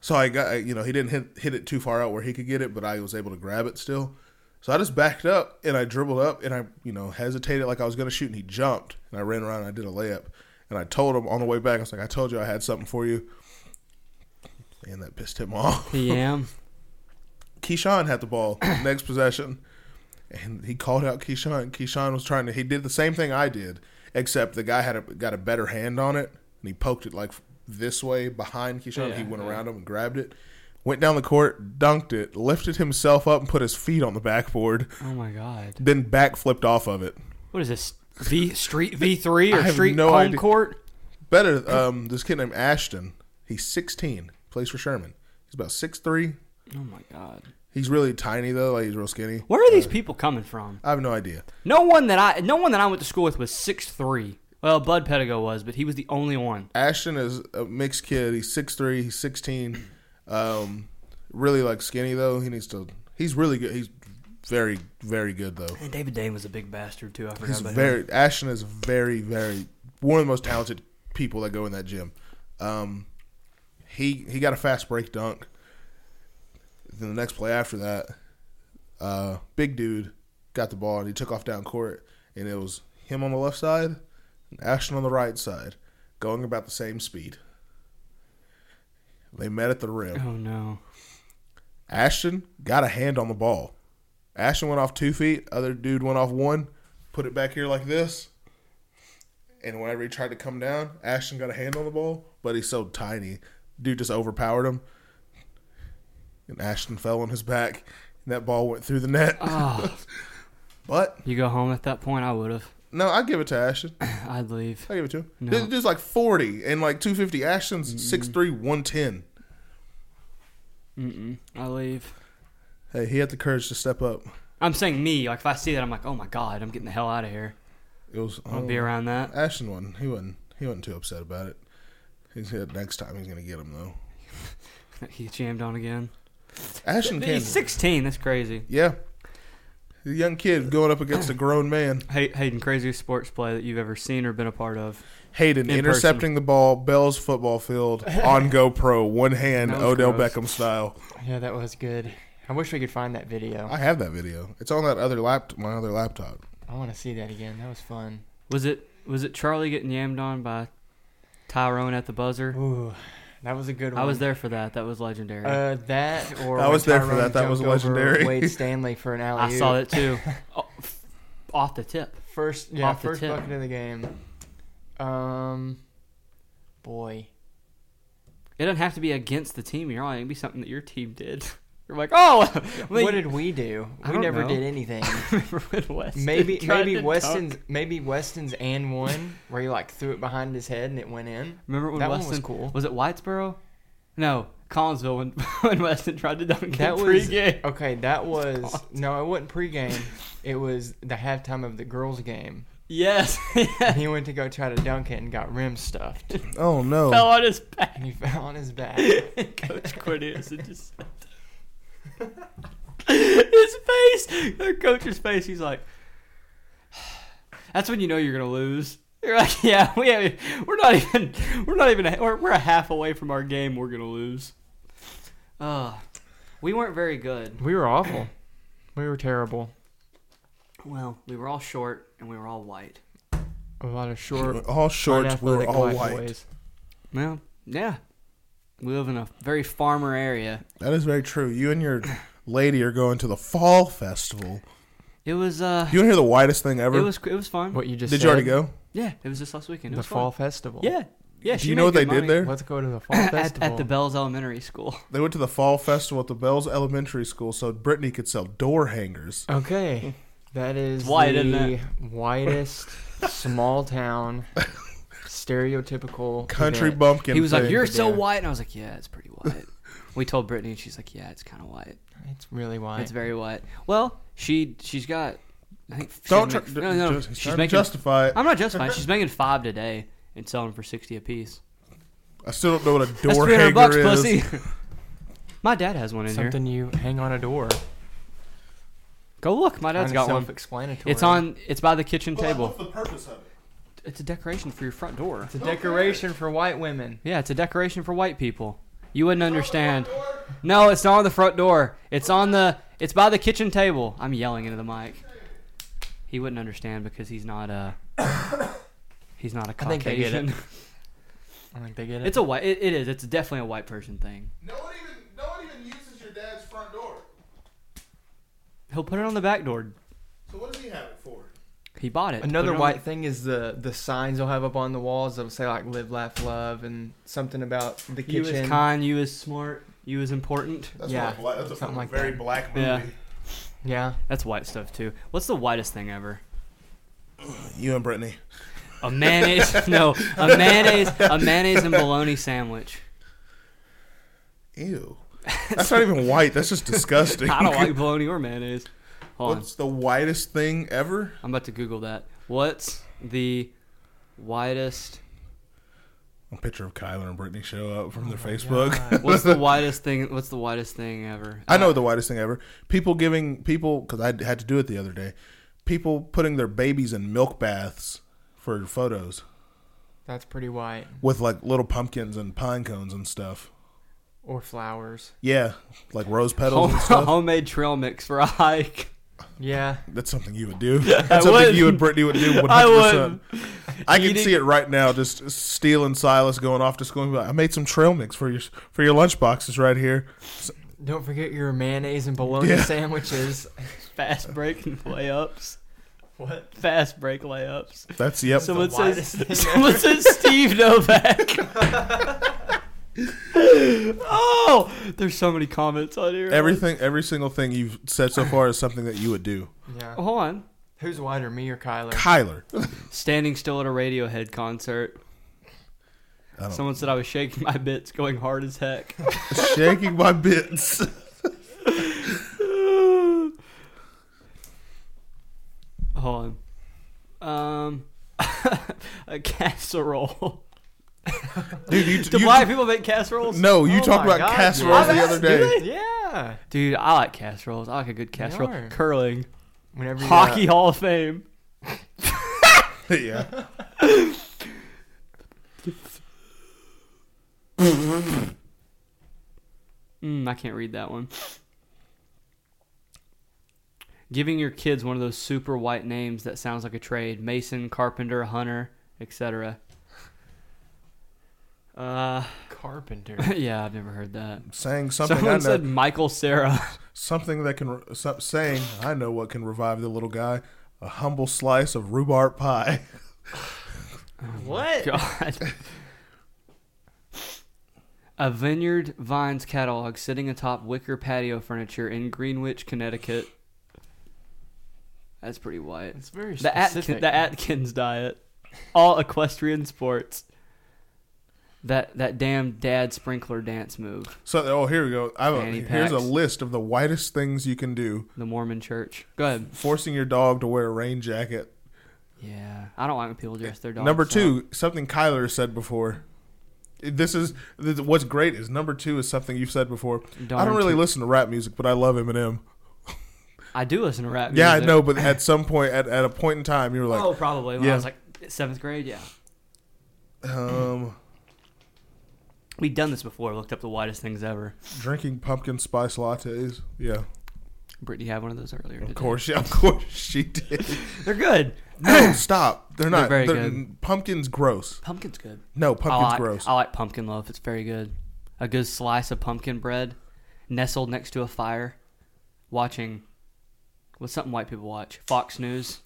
B: So I got, I- you know, he didn't hit, hit it too far out where he could get it, but I was able to grab it still. So I just backed up and I dribbled up and I, you know, hesitated like I was gonna shoot and he jumped and I ran around and I did a layup and I told him on the way back I was like, I told you I had something for you, and that pissed him off.
A: Yeah.
B: Keyshawn had the ball next possession, and he called out Keyshawn. Keyshawn was trying to. He did the same thing I did, except the guy had a, got a better hand on it, and he poked it like this way behind Keyshawn. he went around him and grabbed it, went down the court, dunked it, lifted himself up, and put his feet on the backboard,
A: Oh my god.
B: then backflipped off of it.
A: What is this? V Street V3
B: I
A: or
B: have
A: Street
B: no
A: Home
B: idea.
A: Court?
B: Better, um, this kid named Ashton. He's 16, plays for Sherman. He's about 6'3".
A: Oh my god.
B: He's really tiny though, like he's real skinny.
A: Where are these people coming from?
B: I have no idea.
A: No one that I no one that I went to school with was six three. Well, Bud Pedigo was, but he was the only one.
B: Ashton is a mixed kid. He's 6'3", he's 16. Um, really like skinny though. He needs to he's really good. He's very very good though.
A: And David Dane was a big bastard too. I forgot
B: He's
A: about him.
B: very Ashton is very very one of the most talented people that go in that gym. Um, he he got a fast break dunk. Then the next play after that, uh, big dude got the ball and he took off down court, and it was him on the left side, and Ashton on the right side, going about the same speed. They met at the rim.
A: Oh no.
B: Ashton got a hand on the ball. Ashton went off two feet. Other dude went off one, put it back here like this. And whenever he tried to come down, Ashton got a hand on the ball, but he's so tiny. Dude just overpowered him. And Ashton fell on his back. And that ball went through the net. but,
A: You go home at that point, I would have.
B: no, I give it to Ashton.
A: I'd leave.
B: I give it to him.
A: No.
B: This dude's like 40 and like 250. Ashton's 6'3, 110.
A: Mm-mm. I leave.
B: Hey, he had the courage to step up.
A: I'm saying me. Like if I see that, I'm like, oh my god, I'm getting the hell out of here.
B: It was.
A: I won't be around that.
B: Ashton wasn't. He wasn't. He wasn't too upset about it. He said next time he's gonna get him though.
A: He jammed on again.
B: Ashton can.
A: He's 16. That's crazy.
B: Yeah, the young kid going up against a grown man.
A: Hay- Hayden, craziest sports play that you've ever seen or been a part of.
B: Hayden
A: In
B: intercepting the ball, Bell's football field on GoPro, one hand,
A: That was
B: Odell
A: gross.
B: Beckham style.
C: Yeah, that was good. I wish we could find that video.
B: I have that video. It's on that other laptop, my other laptop.
C: I want to see that again. That was fun.
A: Was it was it Charlie getting yammed on by Tyrone at the buzzer?
C: Ooh, that was a good one.
A: I was there for that. That was legendary.
C: Uh, that or
B: I
C: when
B: was there for
C: Tyrone
B: that. That was
C: jumped over
B: legendary.
C: Wade Stanley for an alley.
A: I saw that too. Oh, f- off the tip.
C: first. Yeah,
A: Off the
C: first
A: tip.
C: bucket of the game. Um, boy,
A: It doesn't have to be against the team you're on. It can be something that your team did. You're like, oh,
C: what did we do?
A: I
C: We
A: don't
C: never
A: know.
C: did anything.
A: remember when Weston
C: Maybe
A: tried to
C: maybe
A: dunk?
C: Weston's maybe Weston's and one where he like threw it behind his head and it went in.
A: Remember when
C: that one was
A: Weston
C: cool.
A: was it Whitesboro? No, Collinsville when, when Weston tried to dunk
C: That
A: in
C: was Oh.
A: pregame.
C: okay. That was no, it wasn't pregame. It was the halftime of the girls' game.
A: Yes,
C: And he went to go try to dunk it and got rim stuffed.
B: Oh no!
A: fell on his back.
C: And he fell on his back.
A: Coach Cornelius had just said that. his face, the coach's face. He's like, that's when you know you're gonna lose. You're like, yeah, we have, we're not even we're not even a, we're, we're a half away from our game. We're gonna lose. Uh, we weren't very good.
C: We were awful. We were terrible.
A: Well, we were all short and we were all white.
C: A lot of short,
B: all shorts were
C: unathletic
B: all
C: black
B: white.
C: boys.
A: Well, yeah. We live in a very farmer area.
B: That is very true. You and your lady are going to the fall festival.
A: It was uh,
B: You want to hear the whitest thing ever?
A: it was it was fun.
C: What you just
B: Did
C: said,
B: you already go?
A: Yeah, it was just last weekend. It
C: The
A: was fun.
C: fall festival.
A: Yeah, yeah.
B: Do you know what they did there?
C: Let's go to the fall
A: At,
C: festival.
A: at the Bells Elementary School.
B: They went to the fall festival at the Bells Elementary School so Brittany could sell door hangers.
C: Okay. That is
A: white,
C: the
A: isn't it?
C: whitest small town stereotypical
B: Country
C: event.
B: bumpkin.
A: He was like,
B: thing.
A: "You're so
C: Yeah.
A: white," and I was like, "Yeah, it's pretty white." we told Brittany, and she's like, "Yeah, it's kind of white.
C: It's really white.
A: It's very white." Well, she she's got. I think she's
B: don't try,
A: make- no, no,
B: just,
A: she's
B: trying to
A: making.
B: justify it.
A: I'm not justifying. She's making five today and selling for sixty apiece.
B: I still don't know what a
A: That's
B: door
A: three
B: hanger
A: hundred bucks,
B: is.
A: pussy. My dad has one in here.
C: Something you hang on a door.
A: Go look. My dad's
C: Kinda
A: got one.
C: Self-explanatory.
A: It's on. It's by the kitchen table.
B: the purpose of it?
A: It's a decoration for your front door.
C: It's a decoration for white women.
A: Yeah, it's a decoration for white people. You wouldn't understand. No, it's not on the front door. It's on the. It's by the kitchen table. I'm yelling into the mic. He wouldn't understand because he's not a. He's not a
C: I think they get
A: Caucasian.
C: I think they get it.
A: It's a white. It, it is. It's definitely a white person thing.
B: No one even no one even uses your dad's front door.
A: He'll put it on the back door.
B: So what does he have it for?
A: He bought it. to put it
C: Another
A: on
C: white thing is the the signs they'll have up on the walls that'll say like "Live, Laugh, Love" and something about the
A: The, you
C: kitchen.
A: is kind. You is smart. You is important.
B: That's
C: Yeah,
B: what a black, that's a
C: something like
B: very
C: that.
B: black movie.
A: Yeah.
C: yeah,
A: That's white stuff too. What's the whitest thing ever?
B: You and Brittany.
A: A mayonnaise? no, a mayonnaise. A mayonnaise and bologna sandwich.
B: Ew. That's not even white. That's just disgusting.
A: I don't like bologna or mayonnaise. Hold on.
B: What's the whitest thing ever?
A: I'm about to Google that. What's the widest?
B: A picture of Kyler and Brittany show up from their Facebook.
A: Oh What's the widest thing? What's the widest thing ever?
B: I know the widest thing ever. People giving people because I had to do it the other day. People putting their babies in milk baths for photos
C: that's pretty white.
B: with like little pumpkins and pine cones and stuff.
C: or flowers.
B: Yeah, like rose petals
A: Home,
B: and stuff.
A: homemade trail mix for a hike.
C: Yeah,
B: That's something you would do.
A: I
B: That's something you
A: wouldn't.
B: and Brittany would do. 100%.
A: I
B: I
A: wouldn't.
B: can
A: Eating-
B: see it right now. Just Steele and Silas going off to school. And be like, I made some trail mix for your for your lunch boxes right here.
C: don't forget your mayonnaise and bologna
B: Yeah.
C: sandwiches.
A: Fast break and layups. What? Fast break layups.
B: That's yep.
A: Someone
C: the widest
A: says,
C: thing
A: someone says Steve Novak. oh, there's so many comments on here.
B: Everything, every single thing you've said so far is something that you would do.
C: Yeah,
A: Hold on.
C: who's whiter, me or Kyler?
B: Kyler,
A: Standing still at a Radiohead concert.
B: I don't-
A: Someone said I was shaking my bits, going hard as heck.
B: shaking my bits.
A: Hold on. Um, a casserole.
B: Dude, you,
A: Do
B: you
A: black people make casseroles?
B: no, you
C: Oh
B: talked
C: my
B: about
C: God,
B: casseroles the
A: yes.
B: other
A: Do
B: day.
C: Yeah,
A: Dude, I like casseroles. I like a good casserole.
C: are.
A: Curling.
C: whenever you, uh,
A: Hockey Hall of Fame.
B: yeah,
A: Mm, I can't read that one. Giving your kids one of those super white names that sounds like a trade: Mason, Carpenter, Hunter, etc. Uh,
C: carpenter.
A: yeah, I've never heard that.
B: saying something. I
A: Someone
B: know,
A: said Michael Sarah.
B: something that can re- so- saying I know what can revive the little guy. A humble slice of rhubarb pie.
C: what?
A: God. A Vineyard Vines catalog sitting atop wicker patio furniture in Greenwich, Connecticut. That's pretty white.
C: It's very
A: The, Atkin,
C: specific.
A: the Atkins diet. All equestrian sports. That that damn dad sprinkler dance move.
B: So, oh, here we go. I have a,
A: Fanny
B: here's a
A: packs.
B: list of the whitest things you can do:
A: The Mormon church. Go ahead.
B: forcing your dog to wear a rain jacket.
A: Yeah. I don't like when people dress their dogs.
B: number
A: up.
B: two, something Kyler said before. This is this, what's great is number two is something you've said before. I
A: Darn
B: don't really
A: toot-
B: listen to rap music, but I love Eminem.
A: I do listen to rap
B: Yeah, I
A: music.
B: know, but at some point, at, at a point in time, you were like,
A: Oh, probably. When
B: Yeah.
A: I was like seventh grade, yeah.
B: um,
A: We've done this before. Looked up the widest things ever.
B: drinking pumpkin spice lattes. Yeah,
A: Brittany had one of those earlier.
B: of course, yeah, of course she did.
A: They're good.
B: no, stop. They're not.
A: very
B: They're-
A: good.
B: Pumpkin's gross.
A: Pumpkin's good.
B: No,
A: I
B: pumpkin's
A: like,
B: gross.
A: I like pumpkin loaf. It's very good. A good slice of pumpkin bread, nestled next to a fire, watching. What's something white people watch? Fox News,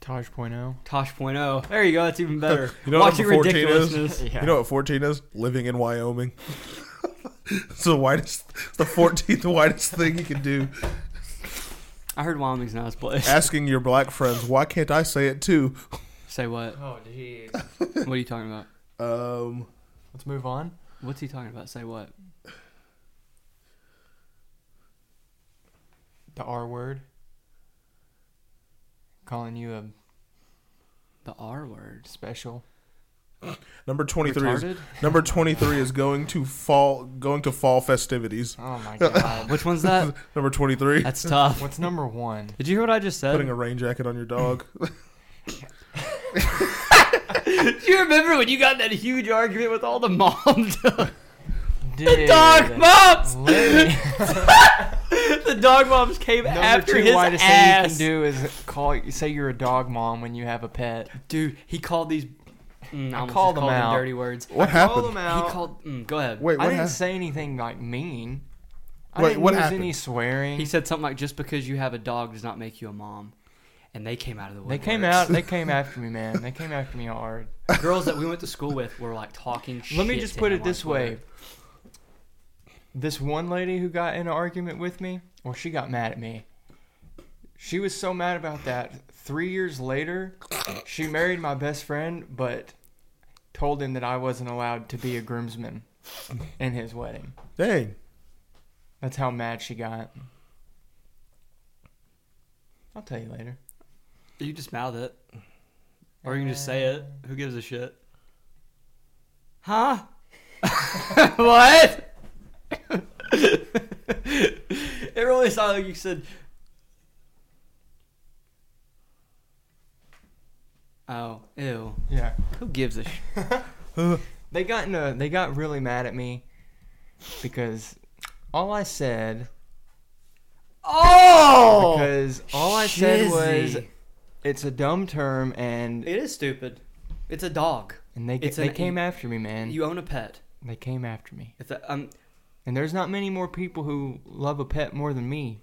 C: Taj point oh.
A: Tosh.0. There you go. That's even better.
B: You know what
A: watching
B: number 14 is?
A: ridiculousness.
C: Yeah.
B: You know what 14 is? Living in Wyoming. it's the whitest, it's the 14th whitest thing you can do.
A: I heard Wyoming's not his place.
B: Asking your black friends, why can't I say it too?
A: Say what?
C: Oh jeez.
A: What are you talking about?
B: Um,
C: Let's move on.
A: What's he talking about? Say what?
C: The R word. Calling you a
A: The R word.
C: special.
B: number 23
A: Retarded?
B: is number 23 is going to fall going to fall festivities.
C: Oh my god.
A: Which one's that?
B: Number 23,
A: Uh, That's tough.
C: What's number one?
A: Did you hear what I just said?
B: putting a rain jacket on your dog.
A: Do you remember when you got in that huge argument with all the moms?
C: Dude.
A: dog moms!
C: Let me-
A: The dog moms came
C: Number
A: after
C: two
A: his
C: whitest
A: ass.
C: thing you can do is call say you're a dog mom when you have a pet.
A: Dude, he called these. Mm, I almost
C: called
A: just
C: them out.
A: dirty words.
B: What happened?
A: He called. Mm, go ahead.
B: Wait,
C: I
B: what
C: didn't
B: happened?
C: say anything like mean. I
B: Wait,
C: didn't
B: what
C: use
B: happened?
C: any swearing.
A: He said something like, "Just because you have a dog does not make you a mom." And they came out of the
C: they
A: way.
C: came out. They came after me, man. They came after me hard.
A: Girls that we went to school with were like talking. shit
C: Let me just
A: to
C: put
A: him
C: it
A: on
C: this way.
A: Twitter.
C: This one lady who got in an argument with me, well, she got mad at me. She was so mad about that. Three years later, she married my best friend, but told him that I wasn't allowed to be a groomsman in his wedding.
B: Dang.
C: That's how mad she got. I'll tell you later.
A: You just mouth it, or you can just say it. Who gives a shit? Huh? what? it really sounded like you said. Oh, ew.
C: Yeah. Oh,
A: Who gives a sh-
C: They got in a, they got really mad at me because all I said
A: Oh,
C: because all I said was
A: Shizzy.
C: it's a dumb term and
A: it is stupid. It's a dog.
C: and they
A: It's
C: they
A: an- e-,
C: came after me, man.
A: You own a pet.
C: they came after me.
A: It's a, um,
C: And there's not many more people who love a pet more than me,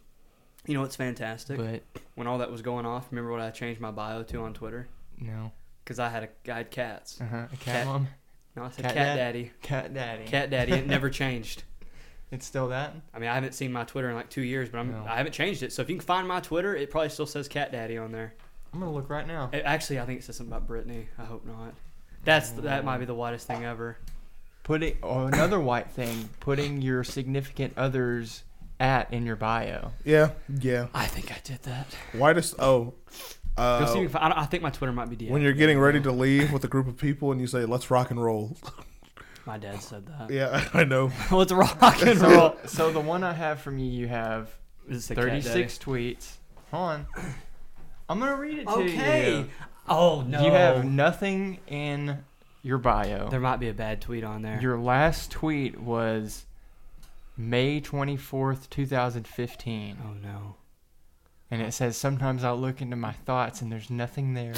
A: you know it's fantastic.
C: but
A: when all that was going off, remember what I changed my bio to on Twitter?
C: no.
A: Because I had a I had cats.
C: Uh-huh. A cat,
A: Cat-
C: mom,
A: No, I said
C: Cat
A: cat,
C: dad?
A: daddy.
C: cat daddy.
A: Cat daddy. It never changed.
C: It's still that.
A: I mean, I haven't seen my Twitter in like two years, but I'm,
C: No.
A: I haven't changed it. So if you can find my Twitter, it probably still says cat daddy on there.
C: I'm going to look right now.
A: It- actually, I think it says something about Britney. I hope not. That's that might be the whitest thing ever.
C: Putting oh, another white thing, putting your significant others at in your bio.
B: Yeah, yeah.
A: I think I did that.
B: Whitest. Oh,
A: Go see if
B: uh,
A: you can find- I, I think my Twitter might be
B: when
A: DL.
B: you're getting ready to leave with a group of people and you say, "Let's rock and roll."
A: My dad said that.
B: yeah, I know.
A: well, it's rock and roll.
C: So, so the one I have from you, you have
A: It's a cat daddy.
C: 36 tweets. Hold on. I'm going to read it to you.
A: Okay. Oh no.
C: You have nothing in your bio.
A: There might be a bad tweet on there.
C: Your last tweet was May 24th, 2015.
A: oh no.
C: And it says, Sometimes I look into my thoughts and there's nothing there.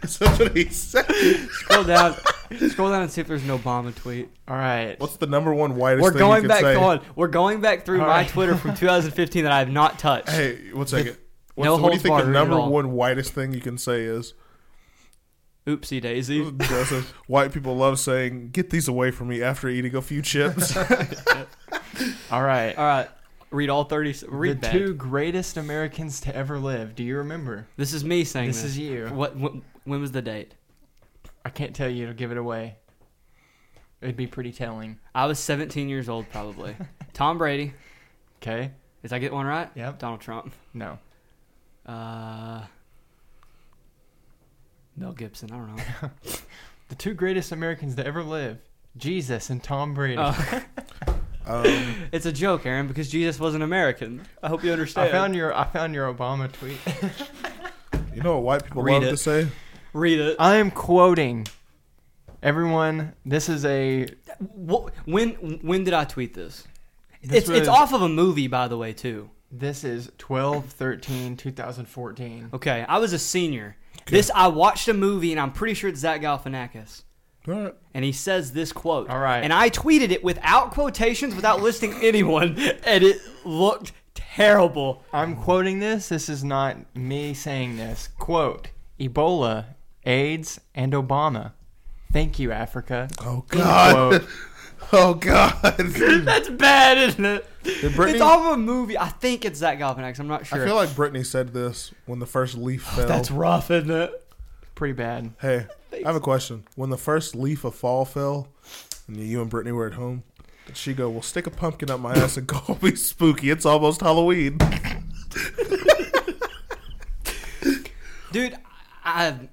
B: That's what he said.
A: Scroll down. Scroll down and see if there's no Obama tweet.
C: All right.
B: What's the number one whitest?
A: We're
B: thing you
A: going
B: could
A: back
B: say?
A: on. We're going back through
C: All
A: my
C: right.
A: Twitter from 2015 that I have not touched.
B: Hey, one second. What's
A: No
B: the, what do you
A: holds
B: think the
A: barred at
B: number
A: all.
B: one whitest thing you can say is?
A: Oopsie daisy.
B: Joseph, White people love saying, "Get these away from me!" After eating a few chips.
C: All right.
A: All right. Read all 30.
C: The
A: Read back.
C: two greatest Americans to ever live. Do you remember?
A: This is me saying this.
C: This is you.
A: What? When, when was the date?
C: I can't tell you to give it away. It'd be pretty telling.
A: I was 17 years old, probably. Tom Brady.
C: Okay?
A: Did I get one right?
C: Yep.
A: Donald Trump.
C: No.
A: Uh. Mel Gibson. I don't know.
C: The two greatest Americans to ever live Jesus and Tom Brady.
A: Uh,
B: um,
A: it's a joke, Aaron, because Jesus was an American. I hope you understand.
C: I found your I found your Obama tweet.
B: you know what white people
A: Read
B: love
A: it.
B: to say?
A: Read it.
C: I am quoting everyone. This is a
A: Wh- when when did I tweet this?
C: This
A: it's it's
C: was-
A: off of a movie, by the way, too.
C: this is 12 13 2014.
A: Okay, I was a senior. This I watched a movie, and I'm pretty sure it's Zach Galifianakis,
B: All right.
A: and he says this quote.
C: All right.
A: and I tweeted it without quotations, without listing anyone, and it looked terrible.
C: I'm quoting this. This is not me saying this. Quote Ebola, AIDS, and Obama. Thank you, Africa.
B: Oh God!
C: Quote.
B: Oh God!
A: That's bad, isn't it?
B: Britney-
A: it's off of a movie. I think it's Zach Galifianakis. I'm not
B: I
A: sure.
B: feel like Britney said this when the first leaf fell.
A: Oh, That's rough, isn't it?
C: Pretty bad.
B: Hey, I have a question. When the first leaf of fall fell, and you and Brittany were at home, did she go, "Well, stick a pumpkin up my ass and call me spooky"? It's almost Halloween.
A: Dude, I, I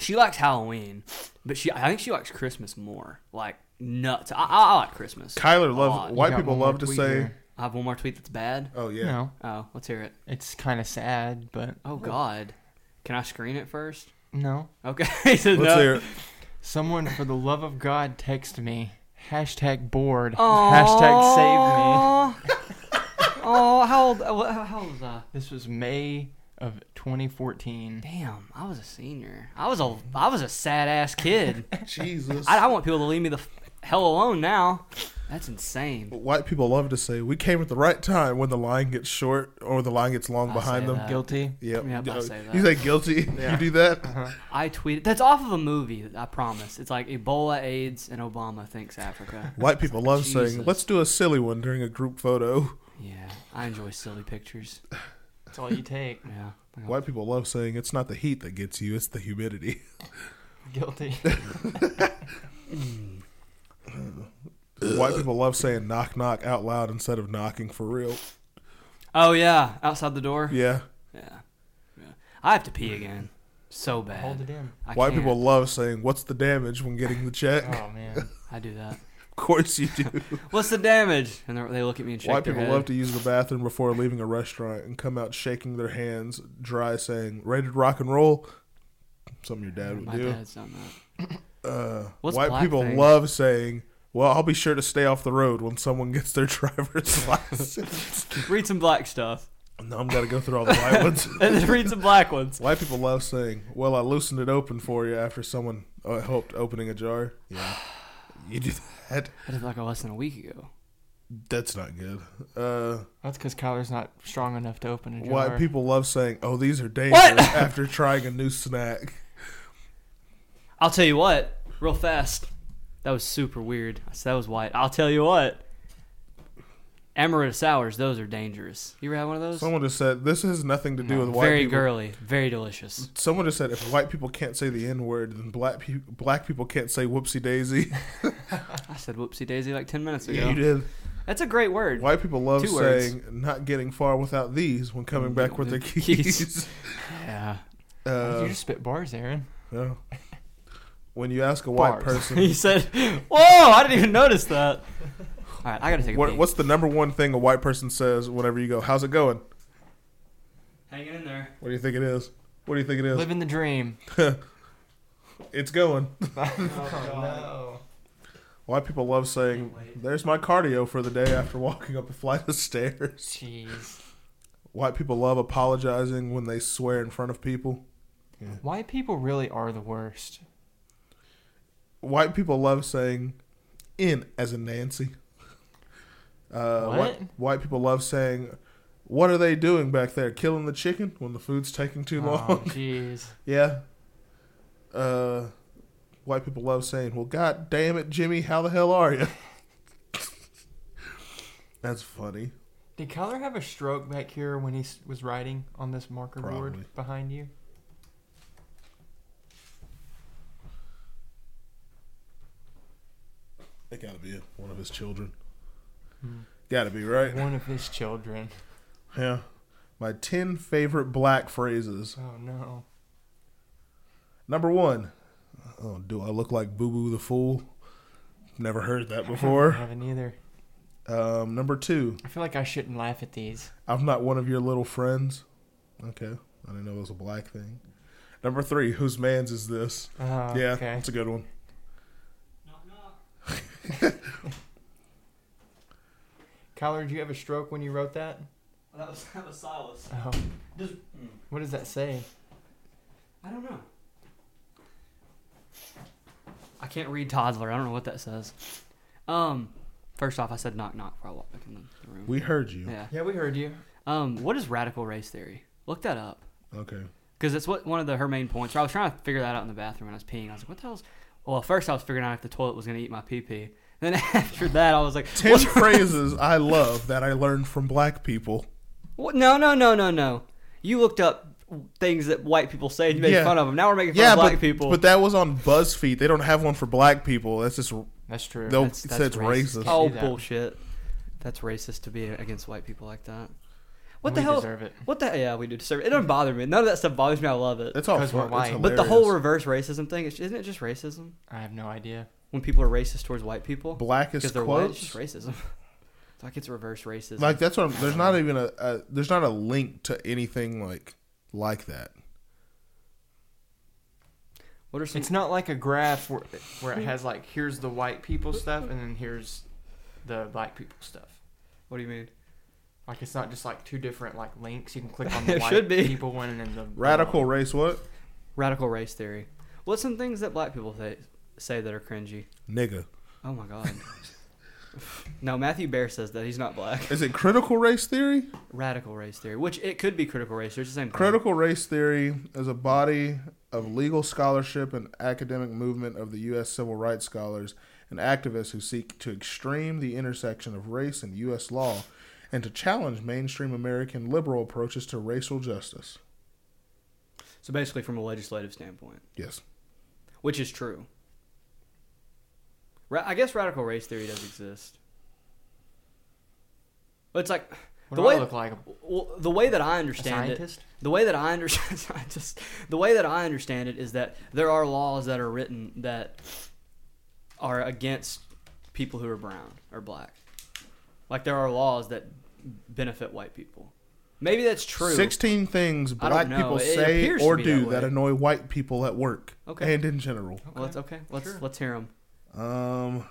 A: she likes Halloween, but she I think she likes Christmas more. Like nuts. I, I, I like Christmas.
B: Kyler
A: a lot.
B: loves white
C: got
B: people
C: one more
B: love to
C: tweet
B: say,
C: here.
A: I have one more tweet that's bad.
B: "Oh yeah."
C: No,
A: Oh, let's hear it.
C: it's kind of sad, but uh,
A: Oh God, can I screen it first?
C: no.
A: Okay, he said
B: Let's
A: no.
B: hear it.
C: Someone, for the love of God, text me. Hashtag bored. Hashtag save me.
A: Aw. oh, how old? uh, what- How how old was I?
C: This was May of 2014.
A: Damn, I was a senior. I was a I was a sad ass kid.
B: Jesus.
A: I, I want people to leave me the f- hell alone now. That's insane.
B: White people love to say, "We came at the right time when the line gets short or the line gets long
A: I say
B: behind them."
A: that.
C: Guilty.
B: Yep.
A: Yep, I
B: Uh,
A: say that. Uh-huh.
B: You say guilty. You do that.
A: I tweeted. That's off of a movie. I promise. It's like Ebola, AIDS, and Obama thinks Africa.
B: White people love saying,
A: Jesus.
B: "Let's do a silly one during a group photo."
A: Yeah, I enjoy silly pictures.
C: That's all you take.
A: Yeah.
B: White people love saying, "It's not the heat that gets you; it's the humidity."
C: Guilty.
B: White people love saying knock knock out loud instead of knocking for real.
A: Oh yeah, outside the door.
B: Yeah.
A: Yeah. Yeah. I have to pee again. So bad.
C: Hold it in.
A: I
B: White
A: can't.
B: people love saying what's the damage when getting the check?
C: Oh man.
A: I do that.
B: Of course you do.
A: What's the damage? And they're- they look at me and shake
B: White
A: their
B: people
A: head.
B: love to use the bathroom before leaving a restaurant and come out shaking their hands dry saying rated rock and roll. Something your dad would
A: My
B: do.
A: dad's done that.
B: Uh,
A: What's
B: white people
A: blackface?
B: love saying, "Well, I'll be sure to stay off the road when someone gets their driver's license."
A: Read some black stuff.
B: no, I'm gotta go through all the white ones.
A: And then read some black ones.
B: White people love saying, "Well, I loosened it open for you after someone uh, helped opening a jar." Yeah, you do that.
A: I did like a less than a week ago.
B: That's not good. Uh,
C: That's because Kyler's not strong enough to open a jar.
B: white people love saying, "Oh, these are dangerous." After trying a new snack,
A: I'll tell you what, real fast. That was super weird. I said that was white. I'll tell you what. Amaretto sours, those are dangerous. You ever had one of those?
B: someone just said, "This has nothing to do with white
A: Very
B: people."
A: girly, very delicious.
B: Someone just said, "If white people can't say the N word, then black pe- black people can't say whoopsie daisy."
A: I said whoopsie daisy like ten minutes ago.
B: You did.
A: That's a great word.
B: White people love
A: Two words.
B: saying not getting far without these when coming back with their
A: Keys.
B: keys.
A: Yeah.
B: Uh,
C: you just spit bars, Aaron.
B: yeah. When you ask a white
C: Bars.
A: He
B: person,
A: said, "Whoa! I didn't even notice that." All right, I gotta take a
B: what,
A: peek.
B: what's the number one thing a white person says whenever you go, "How's it going?"
A: hanging in there?
B: What do you think it is? What do you think it is?
C: Living the dream.
B: it's going.
C: Oh, No.
B: White people love saying, "There's my cardio for the day" after walking up a flight of stairs.
C: Jeez.
B: White people love apologizing when they swear in front of people.
C: White people really are the worst.
B: White people love saying "in" as in Nancy. Uh,
C: What?
B: White, white people love saying, "What are they doing back there? Killing the chicken when the food's taking too
C: Oh,
B: long?"
C: jeez.
B: yeah. Uh, white people love saying, "Well, god damn it, Jimmy, how the hell are you?" That's funny.
C: Did Kyler have a stroke back here when he s- was writing on this marker
B: Probably.
C: board behind you?
B: It gotta be one of his children.
C: Hmm.
B: Gotta be right.
C: One of his children.
B: Yeah. My ten favorite black phrases.
C: Oh no.
B: Number one, oh, do I look like Boo Boo the Fool? Never heard that before.
C: haven't either.
B: um, number two,
C: I feel like I shouldn't laugh at these.
B: I'm not one of your little friends. Okay, I didn't know it was a black thing. Number three, whose man's is this?
A: Uh-huh,
C: Oh,
B: yeah,
C: Okay.
B: that's a good one.
C: Kyler, did you have a stroke when you wrote that?
A: That was that was Silas.
C: Oh.
A: Just- hmm.
C: What does that say?
A: I don't know. I can't read toddler. I don't know what that says. Um, first off, I said knock knock before I walked back in the- the room.
B: We heard you.
A: yeah.
C: Yeah, we heard you.
A: Um, what is radical race theory? Look that up.
B: Okay.
A: because that's what one of the her main points. I was trying to figure that out in the bathroom and I was peeing. I was like, "What the hell's?" Well, first I was figuring out if the toilet was gonna eat my pee pee. Then after that, I was like,
B: Ten
A: "What's
B: phrases I love that I learned from black people.
A: what? No, no, no, no, no. You looked up things that white people say and you made
B: Yeah.
A: fun of them. Now we're making fun
B: yeah,
A: of black
B: but,
A: people.
B: but that was on BuzzFeed. They don't have one for black people. That's just
C: That's true.
B: they'll
A: That's- that's
B: say it's racist.
C: can't
A: oh
C: do that.
A: bullshit! That's racist to be against white people like that. What
C: We
A: the hell?
C: deserve it.
A: What the? Yeah, we do deserve it. It doesn't bother me. None of that stuff bothers me. I love it.
B: It's all
C: 'Cause
B: fun.
C: we're
B: It's
C: white.
A: but the whole
B: hilarious.
A: reverse racism thing is- isn't it just racism
C: I have no idea.
A: when people are racist towards white people? because
B: blackest
A: they're white. It's
B: quotes.
A: just racism. It's like it's reverse racism.
B: Like that's what I'm, there's not even a, a there's not a link to anything like like that.
A: what are some?
C: It's not like a graph where, where it has like here's the white people stuff and then here's the black people stuff.
A: what do you mean?
C: Like it's not just like two different like links. You can click on the
A: It
C: white
A: should be.
C: people one and then the
B: Radical race what?
A: Radical race theory. What's some things that black people say, say that are cringy?
B: Nigga.
A: Oh my god. no, Matthew Bear says that he's not black.
B: Is it critical race theory?
A: Radical race theory, which it could be critical race. There's the same thing.
B: Critical race theory is a body of legal scholarship and academic movement of the U.S. civil rights scholars and activists who seek to extreme the intersection of race and U.S. law and to challenge mainstream American liberal approaches to racial justice.
A: So basically, from a legislative standpoint,
B: Yes.
A: which is true. Ra- I guess radical race theory does exist. But it's like
C: What
A: the
C: do I
A: way
C: look like?
A: well, the way that I understand it,
C: scientist?
A: the way that I understand scientist, the way that I understand it is that there are laws that are written that are against people who are brown or black. Like there are laws that benefit white people. Maybe that's true.
B: 16 things
A: I don't
B: black
A: know.
B: people
A: It
B: say
A: appears to
B: or
A: be
B: do
A: that
B: that,
A: way.
B: annoy white people at work
A: Okay.
B: and in general.
A: Well, it's okay. Let's let's hear them.
B: Um,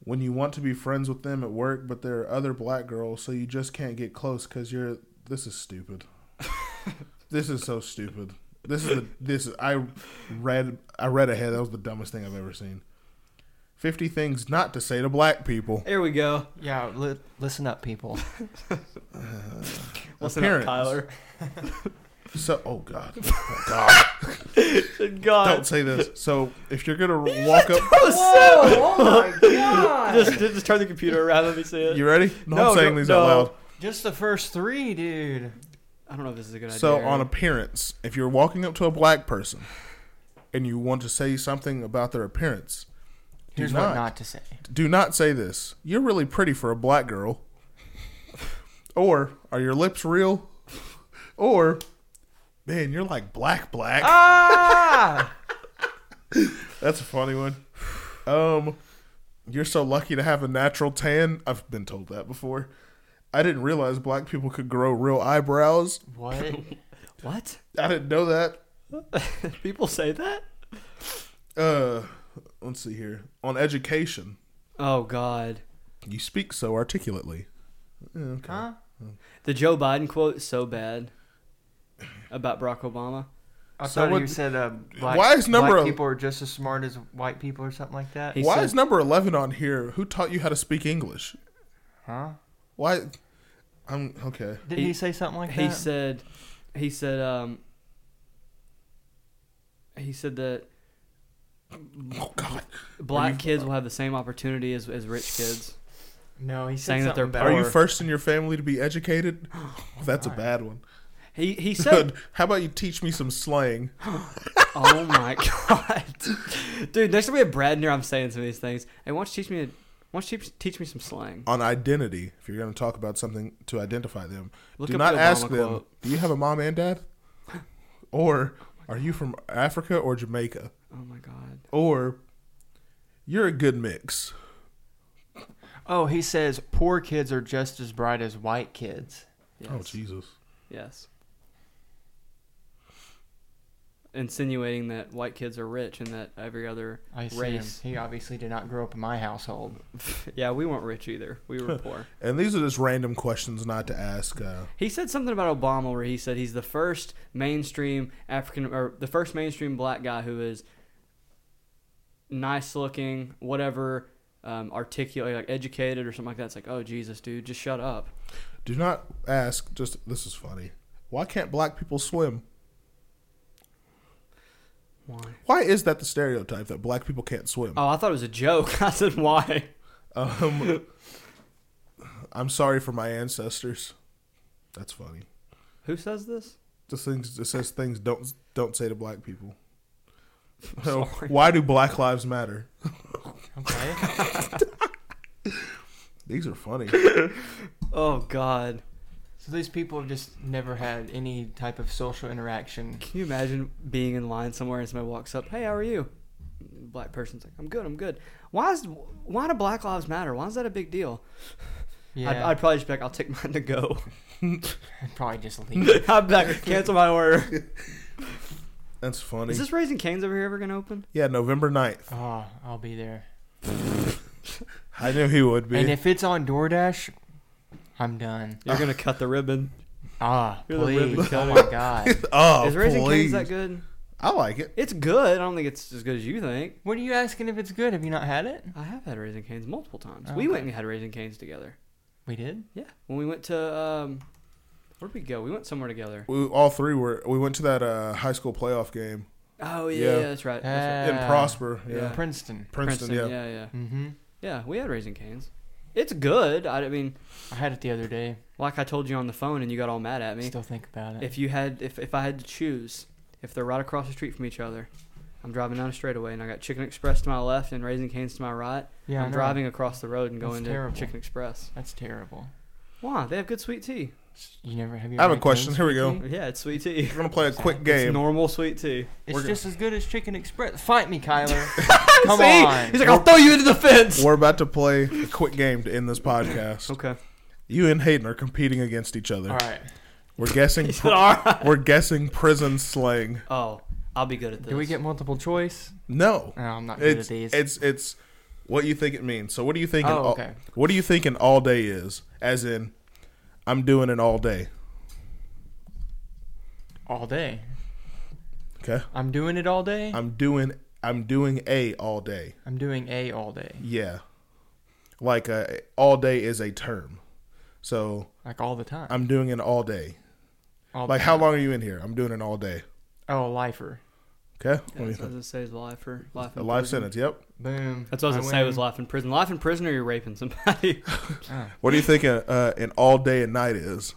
B: when you want to be friends with them at work, but there are other black girls, so you just can't get close because you're. This is stupid. this is so stupid. This is the this is, I read I read ahead. That was the dumbest thing I've ever seen. Fifty things not to say to black people.
A: Here we go.
C: Yeah, li- listen up, people.
A: Listen up,
B: Appearance.
A: Tyler.
B: So oh god, oh god,
A: God,
B: don't say this. So if you're gonna walk up,
A: just, just turn the computer around. Let me see it.
B: you ready? No,
A: No,
B: I'm saying
A: no,
B: these
A: no.
B: out loud.
C: Just the first three, dude.
A: I don't know if this is a good idea.
B: So on
A: or-
B: appearance, if you're walking up to a black person and you want to say something about their appearance, do
C: Here's
B: not,
C: what not to say.
B: do not say this. You're really pretty for a black girl. or are your lips real? Or man, you're like black black.
C: Ah!
B: That's a funny one. Um, you're so lucky to have a natural tan. I've been told that before. I didn't realize black people could grow real eyebrows.
C: what?
A: what
B: I didn't know that.
A: people say that?
B: Uh, let's see here. On education,
A: Oh God,
B: you speak so articulately. Yeah, Okay.
C: Huh?
A: the Joe Biden quote is so bad about Barack Obama.
C: I
B: So
C: thought
B: what-
C: you said uh, black,
B: Why is number
C: black
B: el-
C: people are just as smart as white people or something like that.
A: He
B: Why
A: said-
B: is number eleven on here? Who taught you how to speak English?
C: Huh?
B: Why? I'm okay.
C: Did
A: He-
C: he, say something like that?
A: He said, he said, um, he said that
B: Oh God,
A: black kids will have the same opportunity as, as rich kids.
C: no, he said
A: saying that they're
C: something
B: are
C: about-
B: you
A: Or-
B: first in your family to be educated? That's a bad one.
A: He he said,
B: how about you teach me some slang?
A: "Oh my god, dude!" Next time we have Brad in here, I'm saying some of these things. Hey, why don't you teach me? A, why don't you teach, teach me some slang?
B: on identity if you're going to talk about something to identify them.
A: Look
B: do
A: up
B: not
A: the Obama
B: ask them,
A: quote.
B: do you have a mom and dad? Or are you from Africa or Jamaica?
A: Oh my god.
B: Or you're a good mix.
C: Oh, he says poor kids are just as bright as white kids.
A: Yes.
B: Oh Jesus.
A: Yes. Insinuating that white kids are rich and that every other
C: I see. him.
A: race.
C: He obviously did not grow up in my household.
A: Yeah, we weren't rich either. We were poor.
B: And these are just random questions not to ask. Uh,
A: He said something about Obama where he said he's the first mainstream African or the first mainstream black guy who is nice looking, whatever, um, articulate, like educated or something like that. It's like, oh Jesus, dude, just shut up.
B: do not ask. Just this is funny. Why can't black people swim?
A: Why?
B: Why is that the stereotype that black people can't swim?
A: Oh, I thought it was a joke. I said why?
B: Um, I'm sorry for my ancestors. That's funny.
A: Who says this?
B: just things it says things don't don't say to black people. So,
A: Sorry.
B: why do black lives matter?
C: Okay.
B: These are funny.
A: Oh God.
C: so these people have just never had any type of social interaction.
A: Can you imagine being in line somewhere and somebody walks up, "Hey, how are you?" Black person's like, "I'm good, I'm good." Why is why do Black Lives Matter? Why is that a big deal? I'd,
C: Yeah,
A: I'd probably just be like, "I'll take mine to go."
C: I'd probably just leave.
A: I'm back. Cancel my order.
B: That's funny.
A: Is this Raising Cane's over here ever gonna open?
B: yeah, November 9th.
C: oh, I'll be there.
B: I knew he would be.
C: And if it's on DoorDash, I'm done.
A: You're gonna cut the ribbon.
C: Ah,
A: You're the ribbon
C: please. Oh
A: cutter.
C: my god.
B: oh,
A: Is Raising Cane's
B: please.
A: that good?
B: I like it.
A: It's good. I don't think it's as good as you think.
C: What are you asking if it's good? Have you not had it?
A: I have had Raising Cane's multiple times.
C: Oh,
A: We
C: okay.
A: went and had Raising Cane's together.
C: We did.
A: Yeah, when we went to um, where'd we go? We went somewhere together.
B: We all three were. We went to that uh, high school playoff game
A: Oh yeah, yeah,
B: Yeah.
A: that's right. That's right.
B: in
C: Ah,
B: Prosper. Yeah,
A: yeah.
C: Princeton.
B: Princeton, Yeah.
A: yeah, yeah.
C: Mm-hmm.
A: Yeah, we had Raising Canes. It's good. I, I mean,
C: I had it the other day.
A: like I told you on the phone, and you got all mad at me.
C: Still think about it.
A: If you had, if, if I had to choose, if they're right across the street from each other, I'm driving down a straightaway, and I got Chicken Express to my left and Raising Canes to my right.
C: yeah, I
A: I'm
C: know.
A: driving across the road and
C: That's
A: going to
C: terrible.
A: Chicken Express.
C: That's terrible.
A: Wow, they have good sweet tea.
C: You never have. You
B: I have
C: ever
B: a
C: had
B: question.
C: Cane's
B: Here we go.
C: cookie?
A: Yeah, it's sweet tea.
B: We're gonna play a quick
A: It's
B: game.
A: normal sweet tea.
C: It's
B: We're go-
C: just as good as Chicken Express. Fight me, Kyler. Come
A: See?
C: on.
A: He's like, I'll throw you into the fence.
B: we're about to play a quick game to end this podcast.
A: Okay.
B: You and Hayden are competing against each other.
C: All right.
B: We're guessing.
A: said, "All right."
B: We're guessing prison slang.
A: Oh, I'll be good at this.
C: Do we get multiple choice?
B: No,
C: No, I'm not good
B: it's
C: at these.
B: it's it's what you think it means. So what do you think? an
C: Oh,
B: all-
C: okay.
B: what do you think an all day is? As in, I'm doing it all day.
C: all day.
B: Okay,
C: I'm doing it all day.
B: I'm doing I'm doing a all day.
C: I'm doing a all day.
B: Yeah, like uh all day is a term. So
C: Like all the time.
B: I'm doing it all day.
C: all
B: Like
C: the
B: how
C: time.
B: long are you in here? I'm doing it all day.
C: Oh, lifer.
B: Okay, What do you
A: That's
B: think?
A: what it says life for life.
B: a
A: in
B: life
A: prison.
B: sentence. Yep.
C: Boom.
A: That's what I was gonna say. Was
C: win.
A: life in prison? Life in prison, or you're raping somebody?
B: What do you think a, uh, an all day and night is?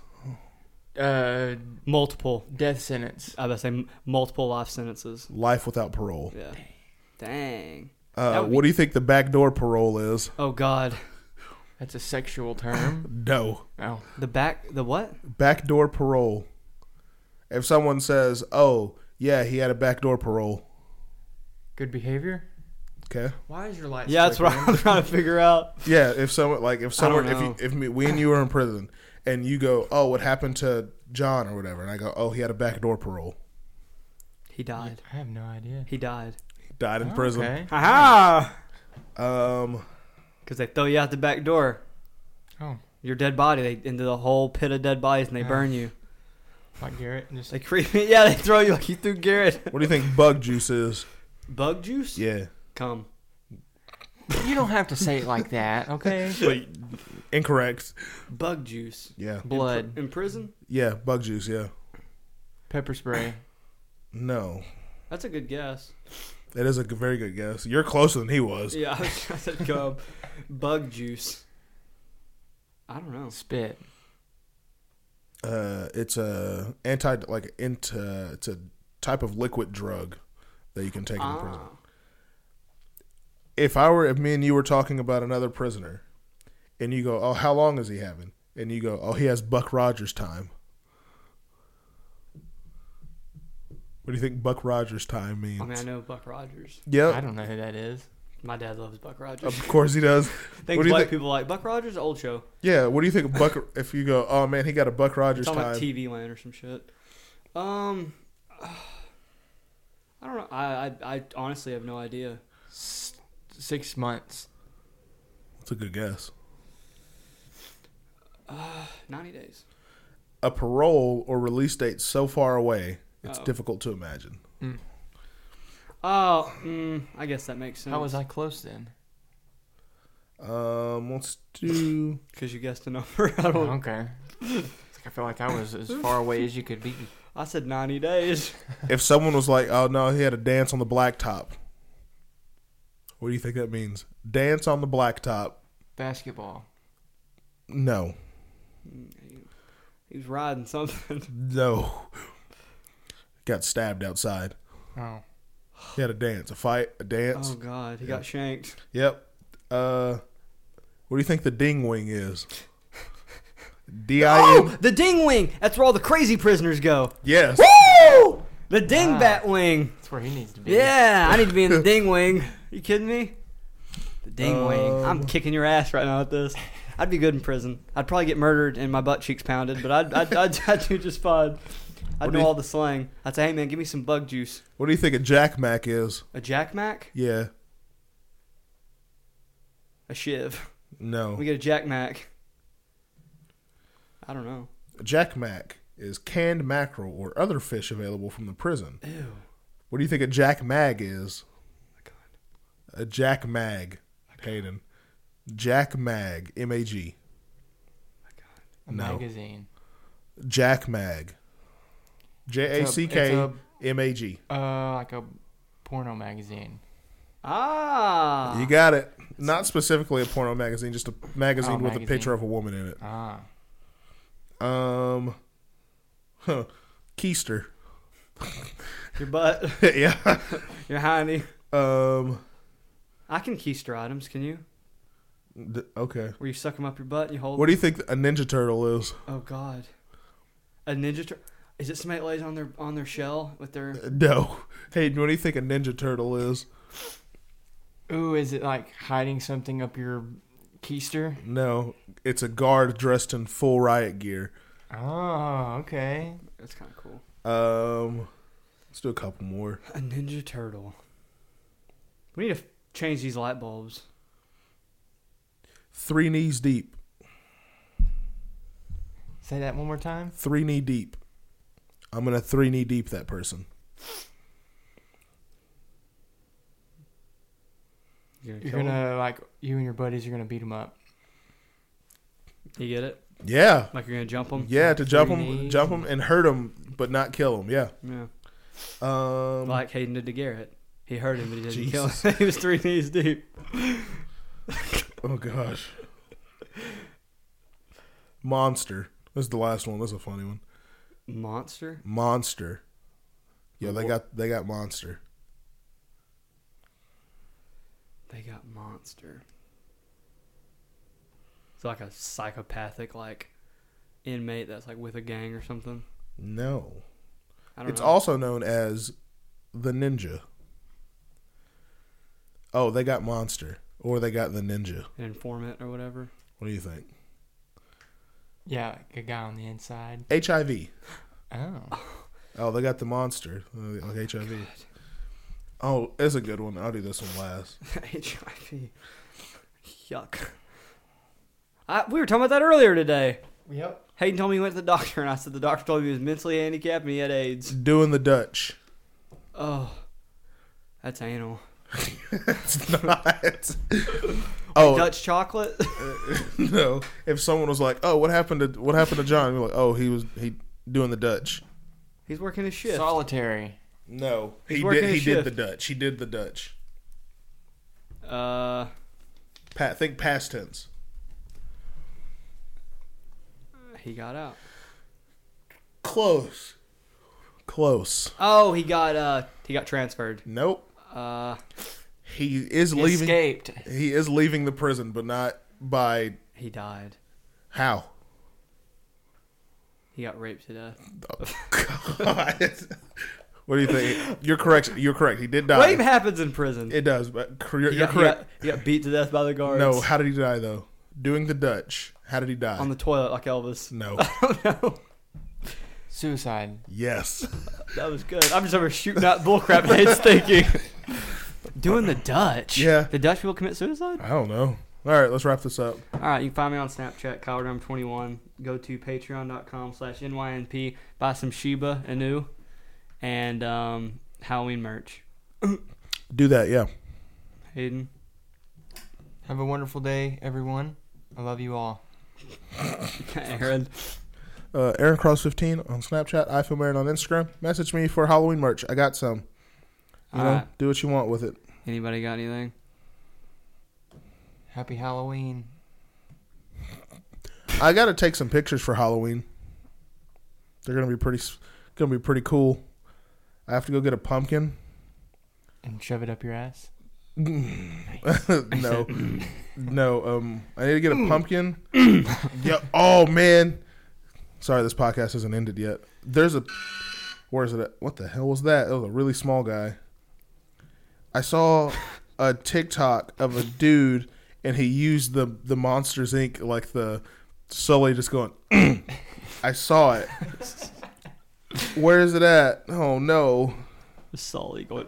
C: uh
A: multiple.
C: death sentence.
A: I would say m- multiple life sentences.
B: Life without parole.
A: Yeah. Dang.
B: Uh,
A: That would
B: what do you think the backdoor parole is?
A: Oh God.
C: That's a sexual term.
B: No.
C: oh,
A: The back. The what?
B: Backdoor parole. If someone says, "Oh, yeah, he had a backdoor parole,"
C: good behavior.
B: okay.
C: Why is your light?
A: Yeah, that's what I'm trying to figure out.
B: Yeah, if someone like if someone if you,
A: know.
B: if me, we and you were in prison and you go, "Oh, what happened to John or whatever," and I go, "Oh, he had a backdoor parole,
A: He died.
C: I have no idea.
A: He died.
B: died in prison."
C: Okay.
A: Aha!
B: Um,
A: Because they throw you out the back door.
C: Oh,
A: Your dead body. They into the whole pit of dead bodies and they burn you.
C: like Garrett. Just
A: They creep. Yeah, they throw you like you threw Garrett.
B: what do you think bug juice is?
A: Bug juice.
B: Yeah,
A: Come.
C: you don't have to say it like that, okay?
B: incorrect.
A: Bug juice.
B: Yeah,
A: In,
C: Blood,
A: pr- in prison.
B: yeah, bug juice. Yeah,
C: pepper spray.
B: no,
A: That's a good guess.
B: that is a g- very good guess. You're closer than he was.
A: Yeah, I said come. Bug juice. I don't know.
C: Spit.
B: uh, it's a anti like into it's a type of liquid drug that you can take in
A: Ah.
B: prison. If I were if me and you were talking about another prisoner, and you go, "Oh, how long is he having?" and you go, "Oh, he has Buck Rogers time." What do you think Buck Rogers time means?
A: I mean, I know Buck Rogers.
B: Yep,
C: I don't know who that is.
A: My dad loves Buck Rogers.
B: of course he does.
A: Things
B: what do you
A: white
B: think?
A: people like Buck Rogers, old show.
B: Yeah, what do you think Buck? if you go, "Oh man, he got a Buck Rogers
A: It's on like
B: time."
A: TV Land or some shit. Um, I don't know. I, I I honestly have no idea.
C: S- six months.
B: That's a good guess.
A: Ninety days.
B: a parole or release date so far away, it's
A: Oh.
B: difficult to imagine.
A: Oh, mm, I guess that makes sense.
C: How was I close then?
B: Um, let's do.
A: Because you guessed a number. I don't.
C: Oh, Okay. It's like I feel like I was as far away as you could be.
A: I said ninety days.
B: if someone was like, "Oh no, he had a dance on the blacktop," what do you think that means? Dance on the blacktop?
C: Basketball.
B: No,
A: He was riding something.
B: no. Got stabbed outside.
C: Oh.
B: He had a dance, a fight, a dance.
A: Oh God, he got shanked.
B: Yep. Uh, what do you think the ding wing is? D I
A: Oh,
B: N.
A: the ding wing. That's where all the crazy prisoners go.
B: Yes.
A: Woo! The
C: Ah.
A: dingbat wing.
C: That's where he needs to be.
A: Yeah, I need to be in the ding wing. You kidding me? The ding wing. I'm
B: Um,
A: kicking your ass right now at this. I'd be good in prison. I'd probably get murdered and my butt cheeks pounded, but I'd, I'd, I'd, I'd do just fine. I'd
B: do
A: know
B: you-
A: all the slang. I'd say, hey man, give me some bug juice.
B: What do you think a jack mac is?
A: A Jack Mac?
B: Yeah.
A: A shiv.
B: No.
A: We get a Jack Mac. I don't know.
B: Jack Mac is canned mackerel or other fish available from the prison.
A: Ew.
B: What do you think a Jack Mag is? A Jack Mag, Hayden. Jack Mag, M A G.
C: A
B: No.
C: magazine.
B: Jack Mag. J A C K M A G.
C: Uh, like a porno magazine.
A: Ah.
B: You got it. Not specifically a porno magazine, just a magazine
C: Oh,
B: with a
C: magazine.
B: picture of a woman in it.
C: Ah.
B: Um, huh. Keister.
A: your butt.
B: yeah.
A: Your hiney.
B: Um.
A: I can keister items, can you?
B: d- okay.
A: Where you suck them up your butt and you hold
B: What do you think a Ninja Turtle is?
A: Oh God, a ninja turtle. Is it somebody that lays on their on their shell with their?
B: No. Hayden, what do you think a Ninja Turtle is?
C: Ooh, is it like hiding something up your Keister.
B: No, it's a guard dressed in full riot gear.
C: Oh, okay.
A: That's kind of cool.
B: Um, let's do a couple more.
A: A Ninja Turtle. We need to f- change these light bulbs.
B: Three knees deep.
C: Say that one more time.
B: Three knee deep. I'm gonna three knee deep that person.
C: You're gonna like you and your buddies are gonna beat him up.
A: You get it?
B: Yeah,
A: Like you're gonna jump them?
B: yeah. To jump
C: Three
B: him,
C: knees.
B: jump him, and hurt him, but not kill him. Yeah.
A: Yeah.
B: Um,
A: Like Hayden did to Garrett. He hurt him, but he didn't kill him. he was three knees deep.
B: oh gosh. Monster. This is the last one. This is a funny one.
A: Monster.
B: Monster. Yeah, they got they got monster.
A: They got monster. It's like a psychopathic like inmate that's like with a gang or something.
B: No.
A: I don't
B: It's
A: know.
B: also known as the ninja. Oh, they got monster, or they got the ninja.
A: An informant or whatever.
B: What do you think?
C: Yeah, like a guy on the inside.
B: HIV.
C: Oh,
B: Oh, they got the monster, uh, like HIV. Oh, it's a good one. I'll do this one last.
A: HIV. Yuck. I, we were talking about that earlier today.
C: yep.
A: Hayden told me he went to the doctor, and I said the doctor told me he was mentally handicapped and he had AIDS.
B: Doing the Dutch.
A: Oh, that's anal.
B: it's not. oh
A: Dutch chocolate.
B: no! If someone was like, "Oh, what happened to what happened to John?" You're like, "Oh, he was he doing the Dutch."
A: He's working his shift.
C: Solitary.
B: No,
A: He's
B: he
A: working
B: did. He
A: his
B: did
A: shift.
B: the Dutch. He did the Dutch.
A: Uh,
B: Pat, think past tense.
A: he got out.
B: Close. Close.
A: Oh, he got uh, he got transferred.
B: Nope.
A: Uh,
B: He is leaving.
C: Escaped.
B: He is leaving the prison, but not by
A: he died.
B: how.
A: He got raped to death.
B: Oh, God. what do you think? You're correct. You're correct. He did die.
A: Rape happens in prison.
B: It does, but cor- you're,
A: he,
B: you're
A: got, he
B: correct.
A: got- he got beat to death by the guards.
B: No, how did he die though? Doing the Dutch. How did he die?
A: on the toilet like Elvis.
B: no.
C: Suicide.
B: yes.
A: That was good. I'm just over shooting out bullcrap heads thinking. Doing the Dutch.
B: Yeah.
A: The Dutch people commit suicide?
B: I don't know. All right, let's wrap this up.
A: All right, you can find me on Snapchat, KyleDrum21. Go to patreon.com slash NYNP. Buy some Shiba Inu and um, Halloween merch.
B: Do that. Yeah.
A: Hayden,
C: Have a wonderful day, everyone. I love you all.
A: Aaron,
B: Uh, Aaron Cross 15 on Snapchat. I feel Aaron on Instagram. Message me for Halloween merch. I got some. You
A: All
B: know,
A: right.
B: do what you want with it.
A: anybody got anything?
C: Happy Halloween.
B: I got to take some pictures for Halloween. They're gonna be pretty, s- gonna be pretty cool. I have to go get a pumpkin.
C: And shove it up your ass.
B: no, no. Um, I need to get a pumpkin. yeah. Oh man. Sorry, this podcast hasn't ended yet. There's a. Where is it? At? What the hell was that? It was a really small guy. I saw a TikTok of a dude, and he used the the Monsters Inc. like the Sully just going. I saw it. Where is it at? Oh no.
A: Sully going.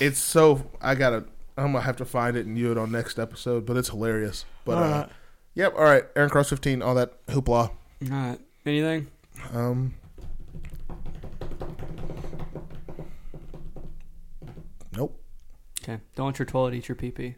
B: It's so I gotta. I'm gonna have to find it and view it on next episode, but it's hilarious. But uh, yep, all right. Aaron Cross 15, all that hoopla.
A: All right, anything?
B: Um, nope.
A: Okay, don't eat your toilet, eat your pee pee.